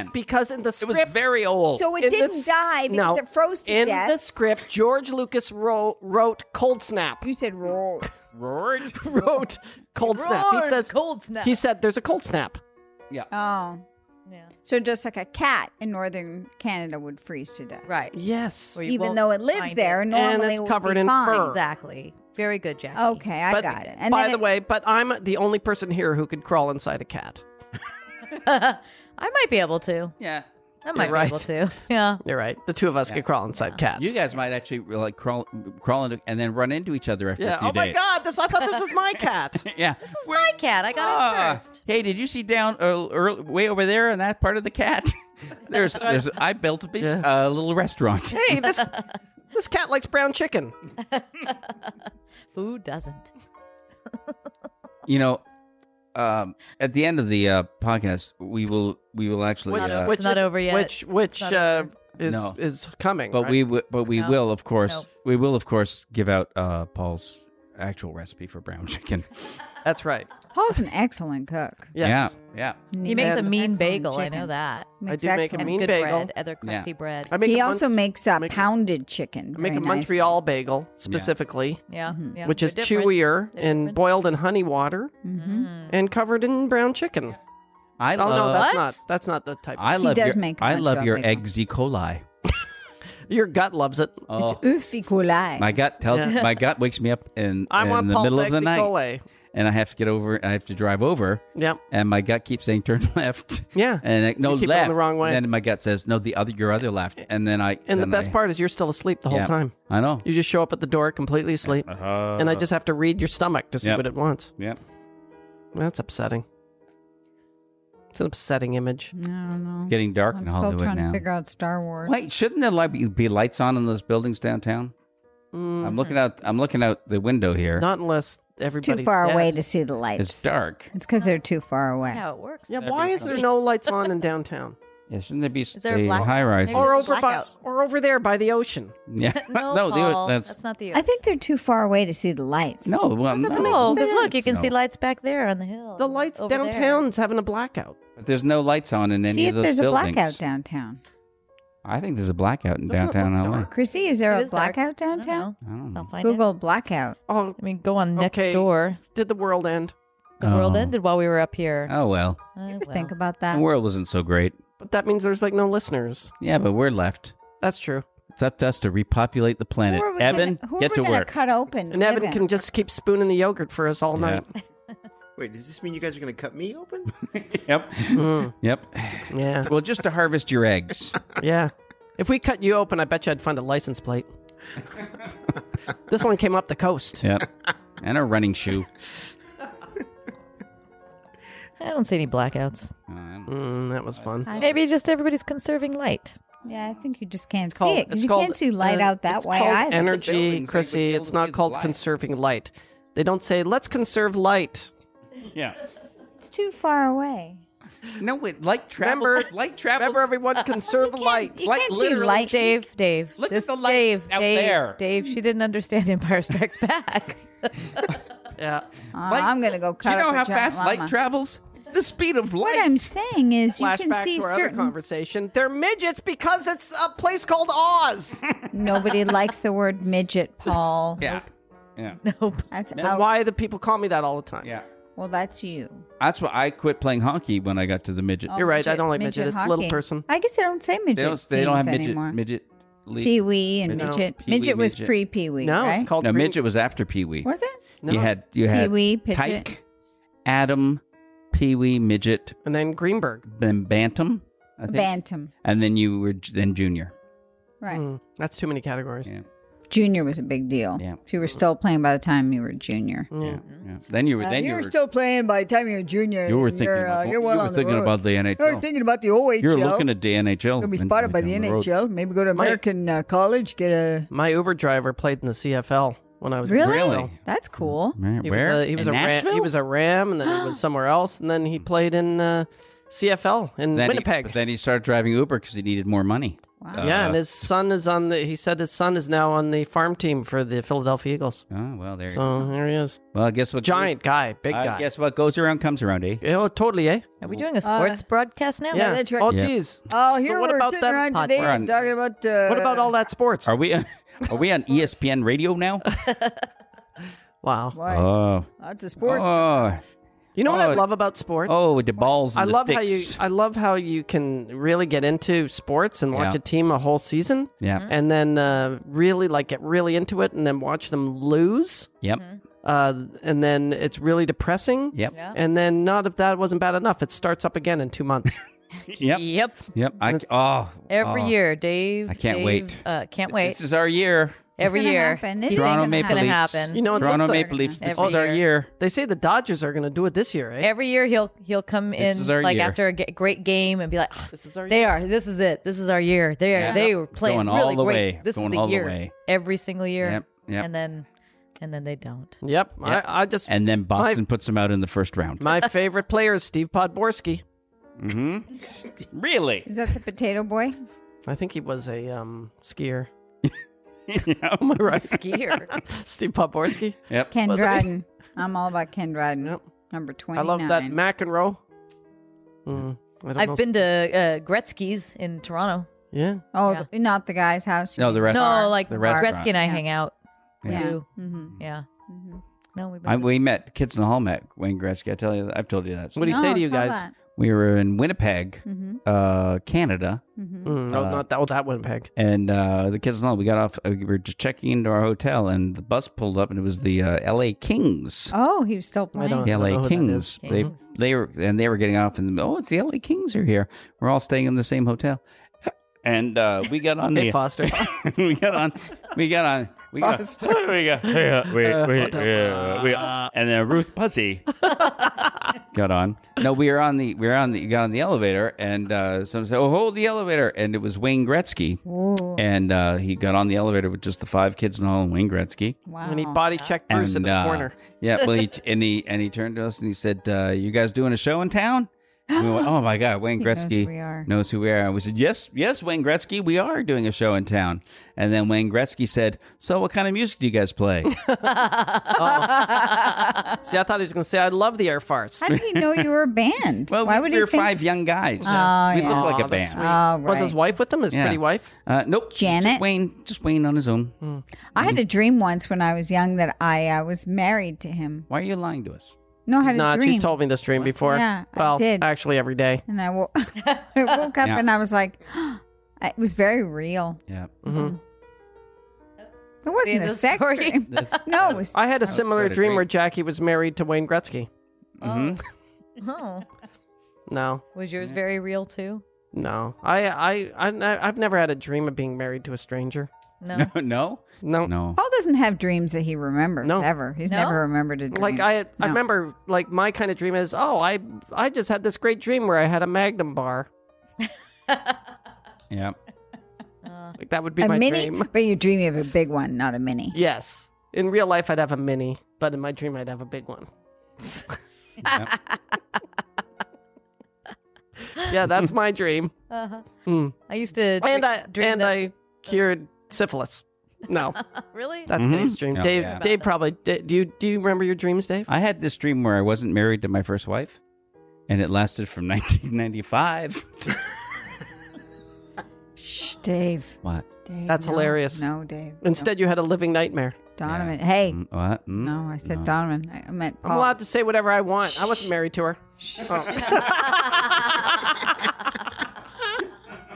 lifespan.
because in the
It was
script
very old.
So it
in
didn't
this-
die because
no,
it froze to
in
death.
the script, George Lucas wrote, wrote cold snap.
you said roar.
Roared.
<laughs> wrote cold snap. He
Roared
says
cold snap.
He said there's a cold snap.
Oh.
Yeah.
So just like a cat in northern Canada would freeze to death.
right.
Yes.
Where you
Even
won't
though it lives
find
there
it.
and normally
And it's
it would
covered
be
in
fine.
fur.
Exactly. Very good, Jackie.
Okay, I
But-
got it. And
by
then
the
it-
way, but I'm the only person here who could crawl inside a cat.
I might be able to.
Yeah.
I might
right.
be able to. <laughs> Yeah.
You're right. The two of us could crawl inside cats.
You guys might actually like crawl, crawl into, and then run into each other after
yeah.
a few
Oh
days.
my God! This I thought this was
<laughs>
my cat.
Yeah. This
It's my cat. I got
Ah.
it first.
Ah. Hey, did you see down uh, earl- way over there in that part of the cat? <laughs> there's, there's. I built a, big, uh, little
<laughs>
restaurant.
Hey, this this cat likes brown chicken.
Who doesn't?
You know, um, at the end of the uh, podcast, we will we will actually.
Not
uh,
over- It's not
is-
over yet.
Which which
not
uh,
over.
is
No.
is coming?
but
right?
we w- but we
No.
will of course
No.
we will of course give out uh, Paul's actual recipe for brown <laughs> chicken.
that's right.
Paul's an excellent cook.
Yes.
Yeah, yeah.
He
Yeah.
makes a mean
Excellent
bagel. I know
chicken.
that.
I
Makes
do make a
excellent-
mean
Good
bagel.
bread. Other crusty bread.
I make
He
a Mon-
also makes uh,
make-
pounded chicken.
I make
very
a
nicely.
Montreal bagel specifically,
Yeah.
Mm-hmm.
yeah.
which
They're
is
different.
chewier
They're
and
different. Hmm.
boiled in honey water
Mm-hmm.
and covered in brown chicken.
I
Oh no,
love.
that's not that's not the type.
I love
does
your.
make a
I
bunch
love
of
your
bacon.
eggs E. coli.
Your gut loves it.
Oh,
Oof, coli.
my gut tells me my gut wakes me up in,
<laughs> I
in
want
the
Paul's
middle of the
eggs
night,
Ecole.
and I have to get over. I have to drive over,
Yep.
and my gut keeps saying turn <laughs> left.
Yeah.
and like, no
You keep going
left
the wrong way.
And then my gut says no, the other your other left, and then I.
And the
then
best
I-
part is you're still asleep the whole
yeah,
time.
I know.
You just show up at the door completely asleep, and I just have to read your stomach to see
Uh. Yep.
what it wants.
Yeah.
That's upsetting. It's an upsetting image.
I don't know.
Getting dark
I'm
in
still
Hollywood
trying
now.
to figure out Star Wars.
Wait, shouldn't there like be- be lights on in those buildings downtown? I'm looking out. I'm looking out the window here.
Not unless everybody's
Too far
dead.
away to see the lights.
it's dark.
It's because they're too far away.
How it works.
Yeah, why is there no lights on in downtown?
Yeah, shouldn't there be
there
the
black-
high rises?
Maybe
Or
it's
over by,
blackout.
or over there by the ocean.
<laughs> Yeah, <laughs>
<laughs>
No,
no, they were-
Paul,
that's,
not the.
I think they're too far away to see the lights.
no. Well,
no,
no,
because look, you can
No.
see lights back there on the hill.
um,
The lights
over there.
downtown's having a blackout.
But there's no lights on in any
See
of
if
those
there's
buildings.
a blackout downtown.
I think there's a blackout in
Doesn't it look
downtown LA.
dark?
Chrissy, is there
It
a
is dark.
blackout
I don't
downtown?
know.
I don't know.
I'll find
Google
out.
blackout.
Oh,
I mean, go on next
Okay.
door.
did the world end?
The world
Oh.
ended while we were up here.
Oh well,
Oh,
You ever
well.
think about that?
the world wasn't so great.
But that means there's like no listeners.
Yeah, but we're left.
That's true.
It's up to us to repopulate the planet.
Who are we
Evan,
gonna, who
get
are we
to
gonna
work.
cut open?
And Evan can just keep spooning the yogurt for us all
Yeah.
night.
Wait, does this mean you guys are going to cut me open?
<laughs>
<laughs>
yep.
Hmm.
Mm,
Yep.
yeah,
Well, just to harvest your eggs.
yeah. If we cut you open, I bet you I'd find a license plate.
<laughs>
this one came up the coast.
Yep. And a running shoe.
I don't see any blackouts.
Um,
Mm, that was fun.
I-
Maybe just everybody's conserving light.
Yeah, I think you just can't
called-
see it. 'cause
it's
You
called-
can't see light
uh,
out that
it's
way
called
either.
buildings,
energy,
like,
Chrissy.
with the
It's not
buildings
called
light.
conserving light. They don't say let's conserve light.
yeah.
It's too far away.
No, wait, light travels.
Remember-
light travels.
Remember, everyone, conserve light.
<laughs> You
Light
can't see
literally-
light.
Dave, Dave.
Look at
this
the light
Dave,
out
Dave,
there.
Dave, she didn't understand Empire Strikes Back.
<laughs> Yeah.
Oh, I'm gonna go
Do
cut
you know
up a
how
giant
fast
llama.
light travels? The speed of light.
What I'm saying is, you can
Flashback
see
to our other
certain.
conversation. They're midgets because it's a place called
<laughs>
Oz. <laughs>
Nobody likes the word midget, Paul.
yeah. Yeah.
<laughs> nope.
That's
And
out.
why the people call me that all the time?
Yeah.
Well, that's you.
That's why I quit playing hockey when I got to the midget.
Oh,
You're right, I don't like midget, it's a little
hockey.
person.
I guess they don't say midget.
they don't. They don't have
teams
midget
anymore.
midget league.
Pee wee and
No.
midget.
Pee-wee,
Midget was
midget.
pre Pee wee.
No,
right?
it's called
No,
green-
midget was after Pee Wee.
Was it?
You
No.
had you had
Pee-wee, Pidget.
Tyke, Adam, Pee Wee, midget,
and then Greenberg.
then bantam, I think.
Bantam.
and then you were j- then junior.
Right.
Mm, that's too many categories.
Yeah,
Junior was a big deal.
Yeah.
If you were still playing by the time you were junior.
yeah, yeah. Then you were
Uh,
Uh,
then you were,
playing by the time you're a junior.
you were
and
thinking about,
you're well
you were
on the
thinking
road.
about the
You were
NHL.
thinking about the OHL.
You were looking at the NHL.
Gonna be
when-
spotted by
when
the
on road.
NHL. Maybe go to
Mike.
American uh, college. Get a
My Uber driver played in the CFL when I was
Really?
Really? Hmm.
That's cool.
Right,
He
Where?
was a, he was
In
a Ram,
Nashville? Hmm.
he was a Ram, and then he
<gasps>
was somewhere else, and then he played in uh, CFL in
Then he- Uh,
Winnipeg.
but then he started driving Uber because he needed more money.
Wow.
yeah, and his son is on the. He said his son is now on the farm team for the Philadelphia Eagles.
Oh well, there. you
So there he is,
Well, I guess what
giant guy, big
I
guy.
guess what goes around comes around, eh?
Yeah, Oh, totally, eh?
Are we doing a sports broadcast now?
Yeah.
that's right.
Oh,
Yeah.
geez.
Oh, here
what
we're
about
sitting
that
around
pod-
today
We're on-
talking about uh,
What about all that sports?
Are we <laughs>
<laughs>
are we on E ESPN radio now?
wow.
Boy,
Oh.
lots of sports.
Oh,
You know what I
Oh.
love about sports?
oh, the balls and
I
the
love how you.
sticks.
I love how you can really get into sports and watch
Yeah.
a team a whole season,
yeah.
Mm-hmm.
and then uh, really like get really into it, and then watch them lose,
Yep.
uh, and then it's really depressing.
Yep.
Yeah.
And then not if that wasn't bad enough, it starts up again in
<laughs>
two months.
Yep.
Yep.
Yep. I c- oh.
Every
oh.
year, Dave.
I can't
Dave,
wait.
Uh, can't wait.
This is our year.
Every
gonna
year.
happen.
You
It
think
Toronto
it's
Maple
gonna
Leafs.
happen.
you know, it
Toronto
looks like-
Maple Leafs. This
Every
is our
year.
year.
They say the Dodgers are going to do it this year, eh?
Every year he'll he'll come
This
in
is our
like
year.
after a ge- great game and be like, "Ah,
This is our
they are. This is it. This is our year. They are.
Yeah.
They were playing
Going
really
all the
great.
way.
This
Going
is the
all the
year.
way.
Every single year.
Yep, yep.
And then, and then they don't.
yep. I, I just
And then Boston puts them out in the first
<laughs>
round.
my favorite player is Steve Podborski.
Mm-hmm. really?
Is that the potato boy?
I think he was a um, skier.
<laughs>
<laughs>
yep.
Right,
Skier.
Steve Podborski.
Yep.
Ken
Was it?
Dryden. I'm all about Ken Dryden.
Yep.
Number 29.
I love that McEnroe. Mm, I don't know.
I've been to uh, Gretzky's in Toronto.
Yeah.
Oh,
Yeah.
the- not the guy's house. you
No,
mean?
the rest.
No, like
the
Gretzky
restaurant.
and I hang out. We
Yeah.
do.
Mhm.
Mm-hmm.
Yeah.
Mhm.
No, we've been.
I,
to-
we met kids in the hall met Wayne Gretzky. I tell you, I've told you that.
What do you
No,
say to you
tell
guys?
that.
we were in Winnipeg,
Mm-hmm.
Mhm.
uh, Canada,
Mhm.
Mm, no,
Uh,
not that. Oh, that Winnipeg.
and uh, the kids in the hall. We got off. Uh, we were just checking into our hotel, and the bus pulled up, and it was the uh, L.A. Kings.
Oh, he was still
I
playing.
don't,
The
I don't know
LA
who
Kings. They
Kings.
they were and they were getting off and oh it's the LA Kings are here. We're all staying in the same hotel. And uh, we got on
That is. <laughs> Hey,
the <laughs>
Foster.
we got on we got on we got <laughs> we got we we, we, we, we- and then Ruth Pussy got on. No, we were on the we were on the got on the elevator, and uh, someone said, "Oh, hold the elevator!" And it was Wayne Gretzky, and uh, he got on the elevator with just the five kids in the hall and Wayne Gretzky.
Wow.
And he body checked Bruce in
And,
the
uh,
corner.
Yeah, well,
<laughs>
he, and he and he turned to us and he said, uh, "You guys doing a show in town?" And we went, "Oh my God, Wayne
He knows
Gretzky
we are.
knows who we are." And we said, "Yes, yes, Wayne Gretzky, we are doing a show in town." And then Wayne Gretzky said, "So, what kind of music do you guys
<laughs>
play?"
See, I thought he was going to say, "I love the air farts."
How did he know you were a
<laughs>
band?
well,
Why
we,
would
we
he
were
think?
five young guys.
Oh,
we
yeah.
looked like a
Aw,
band.
that's
Oh,
sweet.
right.
Was his wife with him? His
Yeah.
pretty wife?
Uh, nope,
Janet? Mm.
Just Wayne, just Wayne on his own.
I had a dream once when I was young that I uh, was married to him.
Why are you lying to us?
No, I had
Nah,
a dream.
she's told me this dream before.
Yeah, I
well,
did.
actually, every day.
and I, wo- <laughs> I woke up
Yeah.
and I was like, <gasps> it was very real. <laughs>
Yeah,
It wasn't
End
a
of
sex
story.
dream.
<laughs>
That's-
No, it was
I had a similar
quite a
dream
dream.
where Jackie was married to Wayne Gretzky.
mhm.
<laughs> Oh,
No,
was yours very real too?
no, I, I, I, I've never had a dream of being married to a stranger.
No.
no, no,
No,
<laughs> no.
Paul doesn't have dreams that he remembers
No.
ever. He's
No?
never remembered a dream.
Mm-hmm.
Like I, I
No.
remember, like my kind of dream is, oh, I, I just had this great dream where I had a Magnum bar.
<laughs>
Yeah,
Like that would be
a
my
mini,
dream.
but you dream you have a big one, not a mini.
Yes, in real life I'd have a mini, but in my dream I'd have a big one.
<laughs>
yeah, that's my dream.
<laughs> Uh-huh.
Hmm.
I used to
And I,
dream
and
that-
I cured syphilis.
<laughs>
No.
<laughs> really.
That's
Mhm.
Dave's dream.
Oh,
Dave,
yeah.
Dave probably. Da- Do you do you remember your dreams, Dave?
I had this dream where I wasn't married to my first wife, and it lasted from <laughs> 1995. to-
Shh, Dave.
what?
Dave,
That's
no.
hilarious.
No, Dave.
Instead, you had a living nightmare.
Donovan. Hey.
Mm, What? Mm,
No, I said
no.
Donovan. I I meant
I'm
Paul.
allowed to say whatever I want. I wasn't married to her.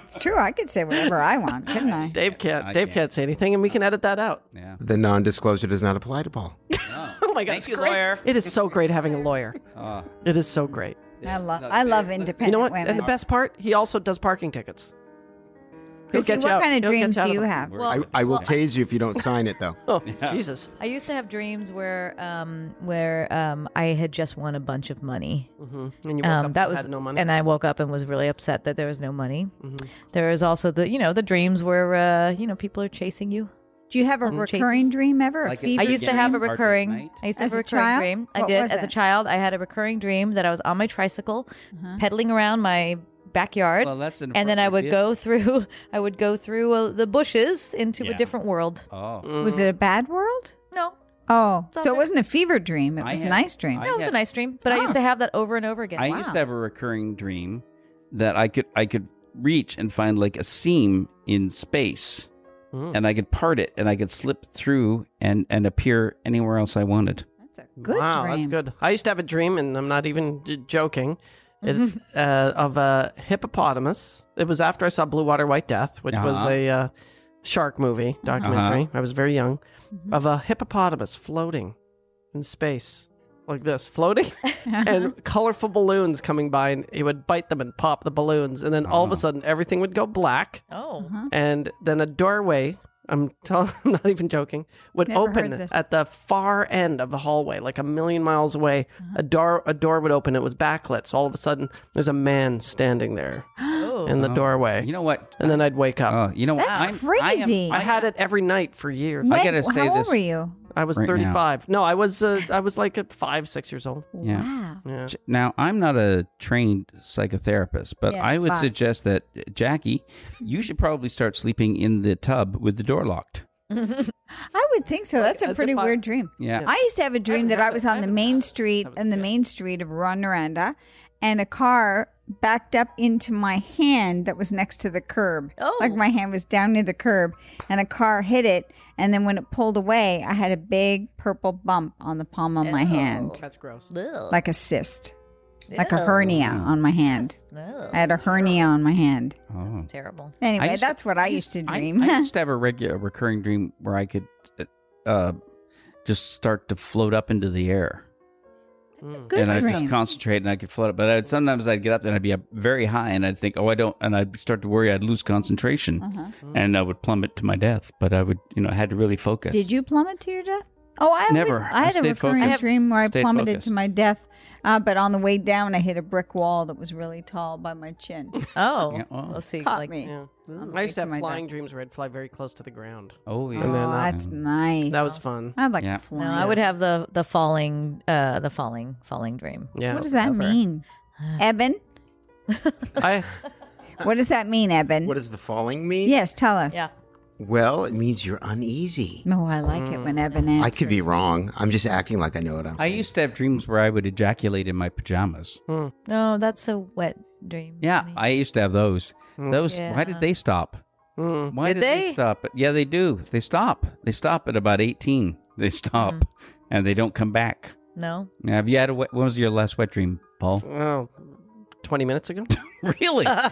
It's true. I could say whatever I want, couldn't I?
Dave can't.
I
Dave
can't.
can't say anything, and we can edit that out.
Yeah.
<laughs> The non disclosure does not apply to Paul.
Oh my
Thank
god, it's
you,
great.
lawyer.
It is so great having a lawyer.
<laughs> Oh,
It is so great.
I love. I love independent
You know what?
women.
And the best part, he also does parking tickets. He'll
Chrissy,
get
what
you out.
kind of
He'll get
dreams
you out
do you
them.
have?
We're-
Well,
I, I will tase you if you don't sign it, though.
Oh <laughs> Jesus!
I used to have dreams where um where um I had just won a bunch of money.
hmm And you woke
Um,
up
that
and
was
had no money. Mm-hmm.
and I woke up and was really upset that there was no money. There is also the you know the dreams where uh, you know people are chasing you.
Do you have a
Mm-hmm.
Jake.
recurring dream ever?
Like a-
a fever
I used to have a
dream? Arthur's
recurring.
night?
I used to
As
have a
a
recurring
child?
dream. I
What
did
was
as a
it?
child. I had a recurring dream that I was on my tricycle,
Uh-huh.
pedaling around my backyard.
Well, that's
and then I would go through. <laughs> I would go through uh, the bushes into a
Yeah.
different world.
Oh,
Was
Mm-hmm.
it a bad world?
No,
Oh,
all
so
good.
it wasn't a fever dream. It
I
was a
had-
nice dream.
I
that was
had-
a nice dream. But I used
Oh.
to have that over and over again.
I used to have a recurring dream that I could I could reach and find like a seam in space, and I could part it and I could slip through and and appear anywhere else I wanted.
That's a good
wow,
dream.
that's
<laughs>
good. I used to have a dream, and I'm not even j- joking,
Mm-hmm.
it, uh, of a hippopotamus. It was after I saw Blue Water White Death, which was
Uh-huh.
a uh, shark movie documentary. I was very young,
Mm-hmm.
of a hippopotamus floating in space like this, floating,
Uh-huh.
and colorful balloons coming by, and he would bite them and pop the balloons, and then all
Uh-huh.
of a sudden everything would go black,
Oh,
Uh-huh.
and then a doorway. I'm, tell- <laughs> I'm not even joking. Would
Never heard
open
this.
at the far end of the hallway, like a million miles away.
Uh-huh.
A door, a door would open. It was backlit. So all of a sudden, there's a man standing there
Oh.
Oh.
in the doorway,
Oh, You know uh, what?
and then I'd wake up.
Oh, you know what?
That's
I'm- I am-
crazy.
I had it every night for years.
I
When-
gotta say
how
this-
old were you?
I was
Right now.
35. No, I was uh, I was like at five, six years old.
Yeah.
Wow.
Yeah.
J- Now, I'm not a trained psychotherapist, but
Yeah,
I would
bye.
suggest that, uh, Jackie, you should probably start sleeping in the tub with the door locked.
I would think so. That's a
as
pretty
if I-
weird dream.
Yeah.
I used to have a dream that I was on the main street and the main street of Rondoranda, and a car backed up into my hand that was next to the curb.
Oh.
Like my hand was down near the curb, and a car hit it. And then when it pulled away, I had a big purple bump on the palm of my hand,
That's gross.
Ugh.
like a cyst, like a hernia on my hand.
Ugh.
I had a hernia on my hand.
Oh.
terrible.
I
Anyway,
used to-
that's what I used to
I-
dream.
I,
<laughs>
used to have a regular recurring dream where I could uh, uh, just start to float up into the air.
Good
and I
dream.
just concentrate and I could float up. But I'd, sometimes I'd get up and I'd be up very high and I'd think, oh, I don't. And I'd start to worry I'd lose
Uh-huh.
concentration and I would plummet to my death. But I would, you know, I had to really focus.
Did you plummet to your death? Oh, I always-
Never. I
I had a
stayed
recurring
focused.
dream where I
Stayed
plummeted
focused.
to my death, uh, but on the way down, I hit a brick wall that was really tall by my
<laughs>
chin.
Oh,
<laughs> Yeah, well.
let's see.
Caught
Like,
me.
Yeah.
Mm.
I used to have
My back.
flying dreams where I'd fly very close to the ground.
Oh yeah.
And then,
Oh,
uh,
that's nice.
That was fun.
I'd like
Yeah.
to
no,
fly.
I would have the the falling, uh, the falling, falling dream.
Yeah.
What does that
Over. <sighs>
mean, Eben?
<laughs>
I
What does that mean, Eben?
What does the falling mean?
yes, tell us.
Yeah.
Well, it means you're uneasy.
Oh, I like it
Mm.
when Eben answers.
I could be wrong. I'm just acting like I know what I'm
I
saying.
used to have dreams where I would ejaculate in my pajamas.
No, that's a wet dream.
Yeah,
honey.
I used to have those. Those. Why did
Yeah.
they stop?
Mm.
Why
Did
did, they?
they?
stop? Yeah, they do. They stop. They stop at about eighteen. They stop, and they don't come back. <laughs>
no.
Now, have you had a wet, when was your last wet dream,
<laughs>
Paul?
oh, 20
<laughs>
minutes ago.
really?
<laughs>
oh.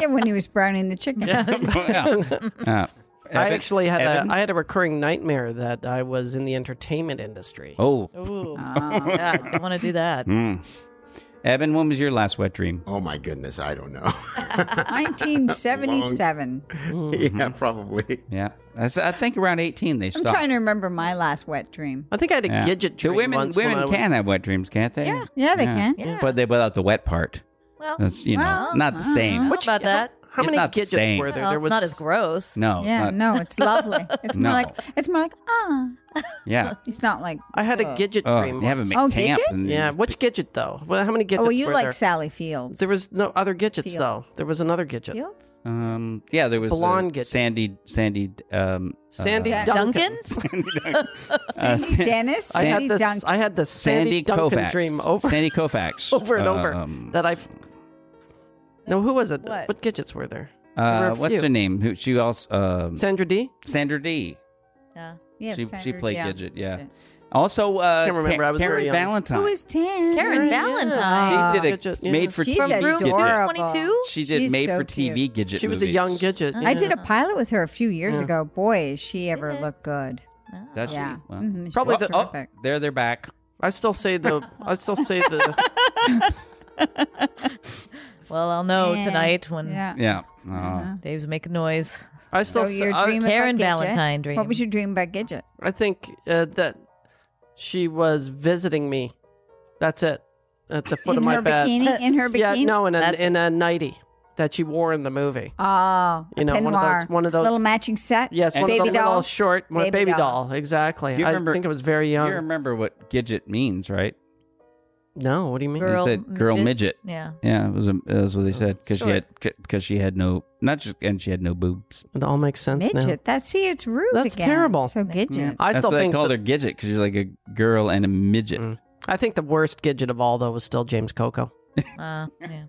Yeah, when he was browning the chicken. <laughs>
<laughs> yeah. Yeah.
<laughs> I
Evan-
actually had
Evan?
a, I had a recurring nightmare that I was in the entertainment industry.
Oh.
Ooh.
<laughs>
Oh.
yeah, I don't want to do that.
Mm. Evan, when was your last wet dream?
Oh my goodness, I don't know.
1977.
<laughs> yeah, probably.
Yeah, I s- I think around eighteen they
I'm
stop.
trying to remember my last wet dream.
I think I had a
Yeah.
gidget
The
dream
women
once
women
when I was-
can have wet dreams, can't they? Yeah,
Yeah, they can.
Yeah.
But they without the wet part.
Well,
That's you know
Well, uh-huh.
not the
I don't
same.
know about that?
How
It's
many
not the
gidgets
same.
were there?
Well,
there
it's
was
not as gross.
No.
yeah,
Oh, not-
no, it's lovely. It's more
<laughs> No.
like it's more like ah.
Yeah.
It's not like
I had a
Ugh.
gidget
Oh,
dream.
you have a
once.
Oh, did
camp.
you?
and-
yeah, which gidget though? Well, how many gidgets?
oh, well, you
were
like
there? <laughs>
Sally Fields.
There was no other gidgets
Field.
though. There was another gidget.
Fields?
Um. Yeah. There was
Blonde
uh,
gidget.
Sandy. Sandy. Um. uh,
Sandy
Uh,
Duncan.
uh,
Sandy <laughs> Dennis?
I had
Sandy
this.
Duncan.
I had this Sandy,
Sandy
Duncan
Koufax.
dream over
Sandy Koufax.
<laughs> over and over
Um,
that I. have No, who was it?
What?
gidgets were there? There were
uh,
a
what's
few.
her name? Who she also um,
Sandra D.
Sandra D.
<laughs> Yeah.
Yeah,
She- she
Sandra-
played
yeah,
Gidget, yeah. Also, uh,
Can't remember,
Ca-
I was very
Karen
young.
Valentine.
Who is Tan?
Karen
Yeah.
Valentine.
She did a
Gidget, yeah.
made for
She's
TV.
From Room
Gidget.
adorable.
She did
She's
made
so
for TV Gidget.
She was a
movies.
young gidget.
I
yeah.
did a pilot with her a few years ago. Boy, is she ever looked good.
That's
Yeah.
Well,
Mhm, she
Probably
was
the-
oh,
terrific.
there they're back.
I still say the.
<laughs>
I still say the.
Well, I'll know
Yeah.
Oh, tonight when
Yeah.
Yeah. Uh,
Uh-huh.
Dave's making noise.
I still.
So
say,
your
I,
dream about
Karen
Gidget?
Valentine dream.
What was your dream about Gidget?
I think uh, that she was visiting me. That's it. That's the foot
in
of my
her
bed.
bikini? In her
<laughs> Yeah,
bikini?
no, in a,
That's-
in a nighty that she wore in the movie.
Oh,
You know,
a
one of
peignoir.
those- one of those-
little matching set.
Yes, one
baby
of the little
dolls?
short one,
Baby
baby,
dolls.
doll. Exactly.
You
I
remember-
think it was very young.
You remember what Gidget means, right?
no, what do you mean?
You
Girl
said girl midget.
Yeah.
Yeah, it was a, that's
Oh,
what they said because she
Sure.
had because she had no not just and she had no boobs.
It all makes sense
Midget.
now.
That's see, it's rude.
That's
again.
terrible.
So Gidget.
I
That's
still
what they
think
called
that-
her Gidget because you're like a girl and a midget.
Mm. I think the worst gidget of all though was still James Coco.
Uh, yeah.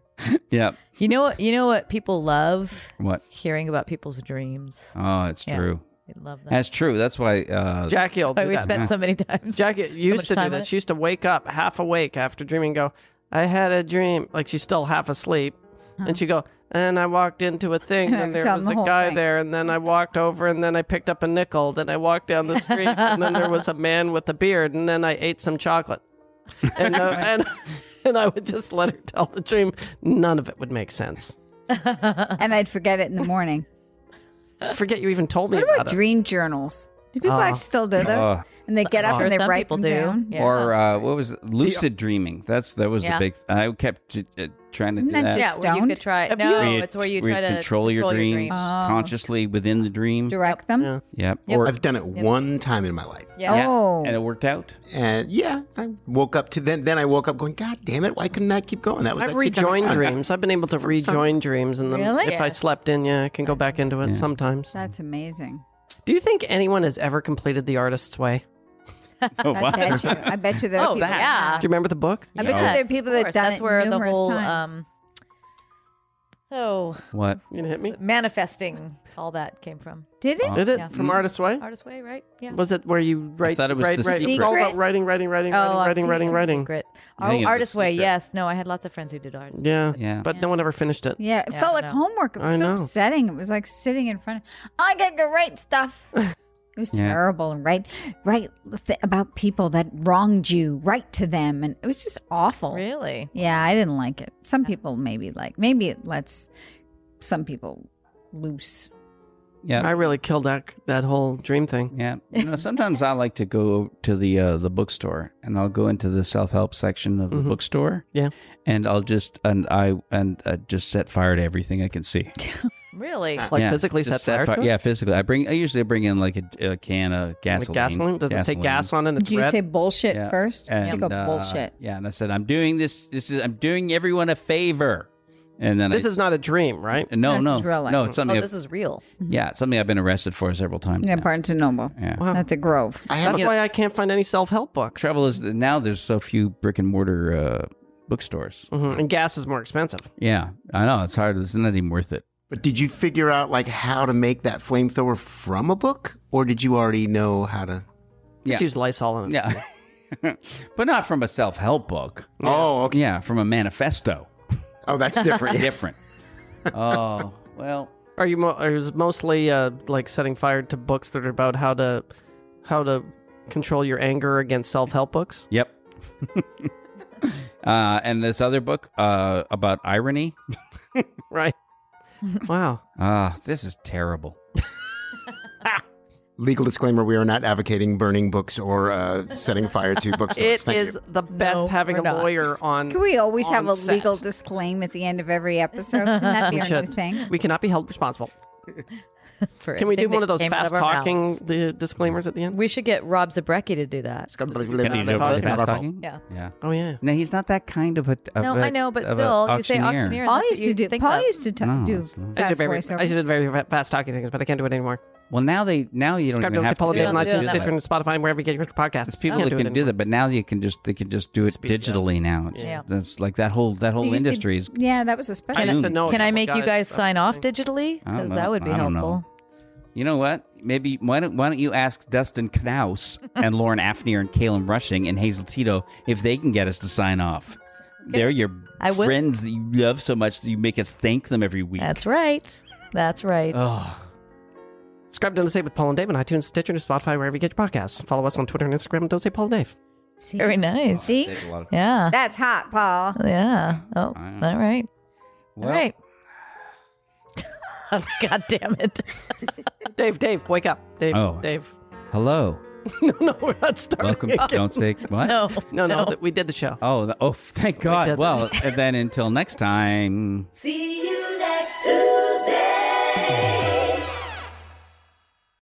Yeah.
You know what? You know what people love
What?
hearing about people's dreams.
Oh, it's
Yeah.
true.
They love that.
That's true. That's why. Uh,
Jackie will
That's why
do
we
that.
spent so many times.
Jackie
much
used to do
time on
that.
it.
She used to wake up half awake after dreaming and go, I had a dream. Like she's still half asleep. And she go, and I walked into a
<laughs>
thing, and there
Tell
was
them
a
the whole
guy
thing.
there, and then I walked over, and then I picked up a nickel, then I walked down the
<laughs>
street, and then there was a man with a beard, and then I ate some
<laughs>
chocolate, and uh, and <laughs> and I would just let her tell the dream. None of it would make sense.
and I'd
<laughs>
forget it in the morning.
I forget you even told me
What
about
about
it.
dream journals? Do people
Oh.
actually still do those?
Oh.
and they get up
Sure,
and they
some
write
people
them
do.
down.
Yeah.
or uh, what was it? lucid dreaming? That's that was
Yeah.
the big. I kept uh, trying to
Isn't
do
that
that.
yeah,
just
where you
stoned?
could try.
Have
No,
Where you-
oh, it's where you
where
try to
control your dreams
Oh.
consciously within the dream.
Direct them.
Yeah.
Yep.
Yep.
Or
I've done it one time in my life.
Yeah.
Yeah,
Oh.
and it worked
<laughs>
out. <laughs>
And yeah, I woke up to then then I woke up going, God damn it, why couldn't I keep going? That was
I've
actually kinda <laughs>
rejoined
fun."
dreams. I've been able to rejoin dreams, and then
Really?
if I
Yes.
slept in, yeah, I can go back into it sometimes.
That's amazing.
Do you think anyone has ever completed The Artist's Way?
Oh,
I
wow.
bet you. I bet you there are
Oh,
people
that.
that
Do you remember the book?
I bet you there are
Yes,
people
of
that
course.
done
That's
it
where the
numerous
whole
times.
um oh
<laughs> What?
You gonna hit me?
manifesting all that came from
Did
Uh,
it?
Is it
Yeah.
from Artist's Way?
artist way right yeah
Was it where you write?
thought it was
write,
The
write,
Secret.
all about writing, writing, writing,
Oh, I
writing,
see.
writing, writing, writing.
secret
I think
oh
it's a
artist way
secret.
yes no i had lots of friends who did artist
Yeah,
Yeah.
But no one ever finished it.
Yeah, it
Yeah,
felt
I
like
know.
homework. It was
I
so
know.
upsetting. It was like sitting in front of, I got to
<laughs>
write stuff. It was
Yeah.
terrible. And write, write th- about people that wronged you, write to them. And it was just awful.
really
Yeah, I didn't like it. Some people maybe like, maybe it lets some people loose.
Yeah.
I really killed that that whole dream thing. <laughs>
Yeah. You know, sometimes I like to go to the uh, the bookstore and I'll go into the self help section of the bookstore.
Mm-hmm. Yeah.
And I'll just and I and uh, just set fire to everything I can see.
Really?
<laughs> Like
Yeah,
physically set
just
fire. to it?
Yeah, physically. I bring. I usually bring in like a, a can of
Like
gasoline.
gasoline? Does it say gas on it? and It's
Do you
red.
say bullshit
Yeah.
first?
And,
you go
uh,
bullshit.
Yeah, and I said I'm doing this. This is I'm doing everyone a favor. And then
this
I,
is not a dream, right?
no,
This
no,
is real life.
no. It's something.
Oh,
I've-
this is real.
yeah, it's something I've been arrested for several times.
Yeah,
now.
Barnes and Noble.
Yeah.
Wow.
At the Grove.
I have
That's why I can't find any self help books.
Trouble is that now there's so few brick and mortar uh, bookstores.
Mhm, And gas is more expensive.
Yeah, I know it's hard. It's not even worth it.
But did you figure out like how to make that flamethrower from a book, or did you already know how to?
Just
Yeah.
use Lysol in it.
Yeah, <laughs> but not from a self help book.
Oh, okay.
Yeah, from a manifesto.
Oh, that's
<laughs>
different.
Different. oh well.
Are you? Mo- are you mostly uh, like setting fire to books that are about how to how to control your anger against self help books? <laughs>
Yep. <laughs> uh, and this other book uh, about irony.
<laughs>
Right. wow.
Ah, this is terrible.
Legal disclaimer: We are not advocating burning books or uh, setting fire to bookstores.
It
Thank
is
you.
the best
No,
having
we're
a
not.
lawyer on.
Can we always have
on
a
set.
legal disclaim at the end of every episode? Can that be our new
should.
thing?
We cannot be held responsible.
For
Can we do
anything
one
that
of those
came out
fast
of our
talking
mouths.
the disclaimers at the end?
We should get Rob Zabrecki to do that.
It's gotta be-
Can you
not
do
our
it
fault. Not
without
our fault.
talking?
Yeah.
Yeah.
Oh yeah.
No, he's not that kind of a. Of
No,
I
I know, but still, you say auctioneer. and
Paul
that's
used
what
to
you
do.
think
Paul
of.
used to t-
No,
do
it's not.
I
fast
should, very, I should
voiceover.
do very fa- fast talking things, but I can't do it anymore.
Well, now they now you don't
Subscribe
even
to
have to.
Apollo
do
Daily
it.
don't
iTunes,
that.
Stitcher, and Spotify, and wherever you get your podcasts.
It's people that can do that, but now you can just they can just do it
Speed it up.
digitally now. It's,
Yeah.
That's like that whole that whole
used to-
industry is.
Yeah, that was a special.
I used to
Oh,
Can I make you guys sign off digitally?
I don't
Because
know.
that would be
I don't know.
helpful.
You know what? Maybe why don't why don't you ask Dustin Knaus and Lauren Afnier and Kalen Rushing and Hazel Tito if they can get us to sign off? They're your
I will.
friends that you love so much that you make us thank them every week.
That's right. That's right.
Oh,
Subscribe to Don't Say with Paul and Dave on iTunes, Stitcher, and Spotify, wherever you get your podcasts. Follow us on Twitter and Instagram at Don't Say Paul and Dave.
See?
Very nice.
See?
Take a lot of-
Yeah.
That's hot, Paul.
Yeah. Oh, all
Wow.
right.
Well,
all right. <laughs> Oh, God damn it.
Dave, Dave, wake up. Dave,
Oh.
Dave. <laughs>
Hello.
no, no, we're not starting.
Welcome.
again.
don't say what.
No.
No, no, th- we did the show.
Oh, the- oh! Thank
did
God.
that.
Well, and then until next time.
See you next Tuesday.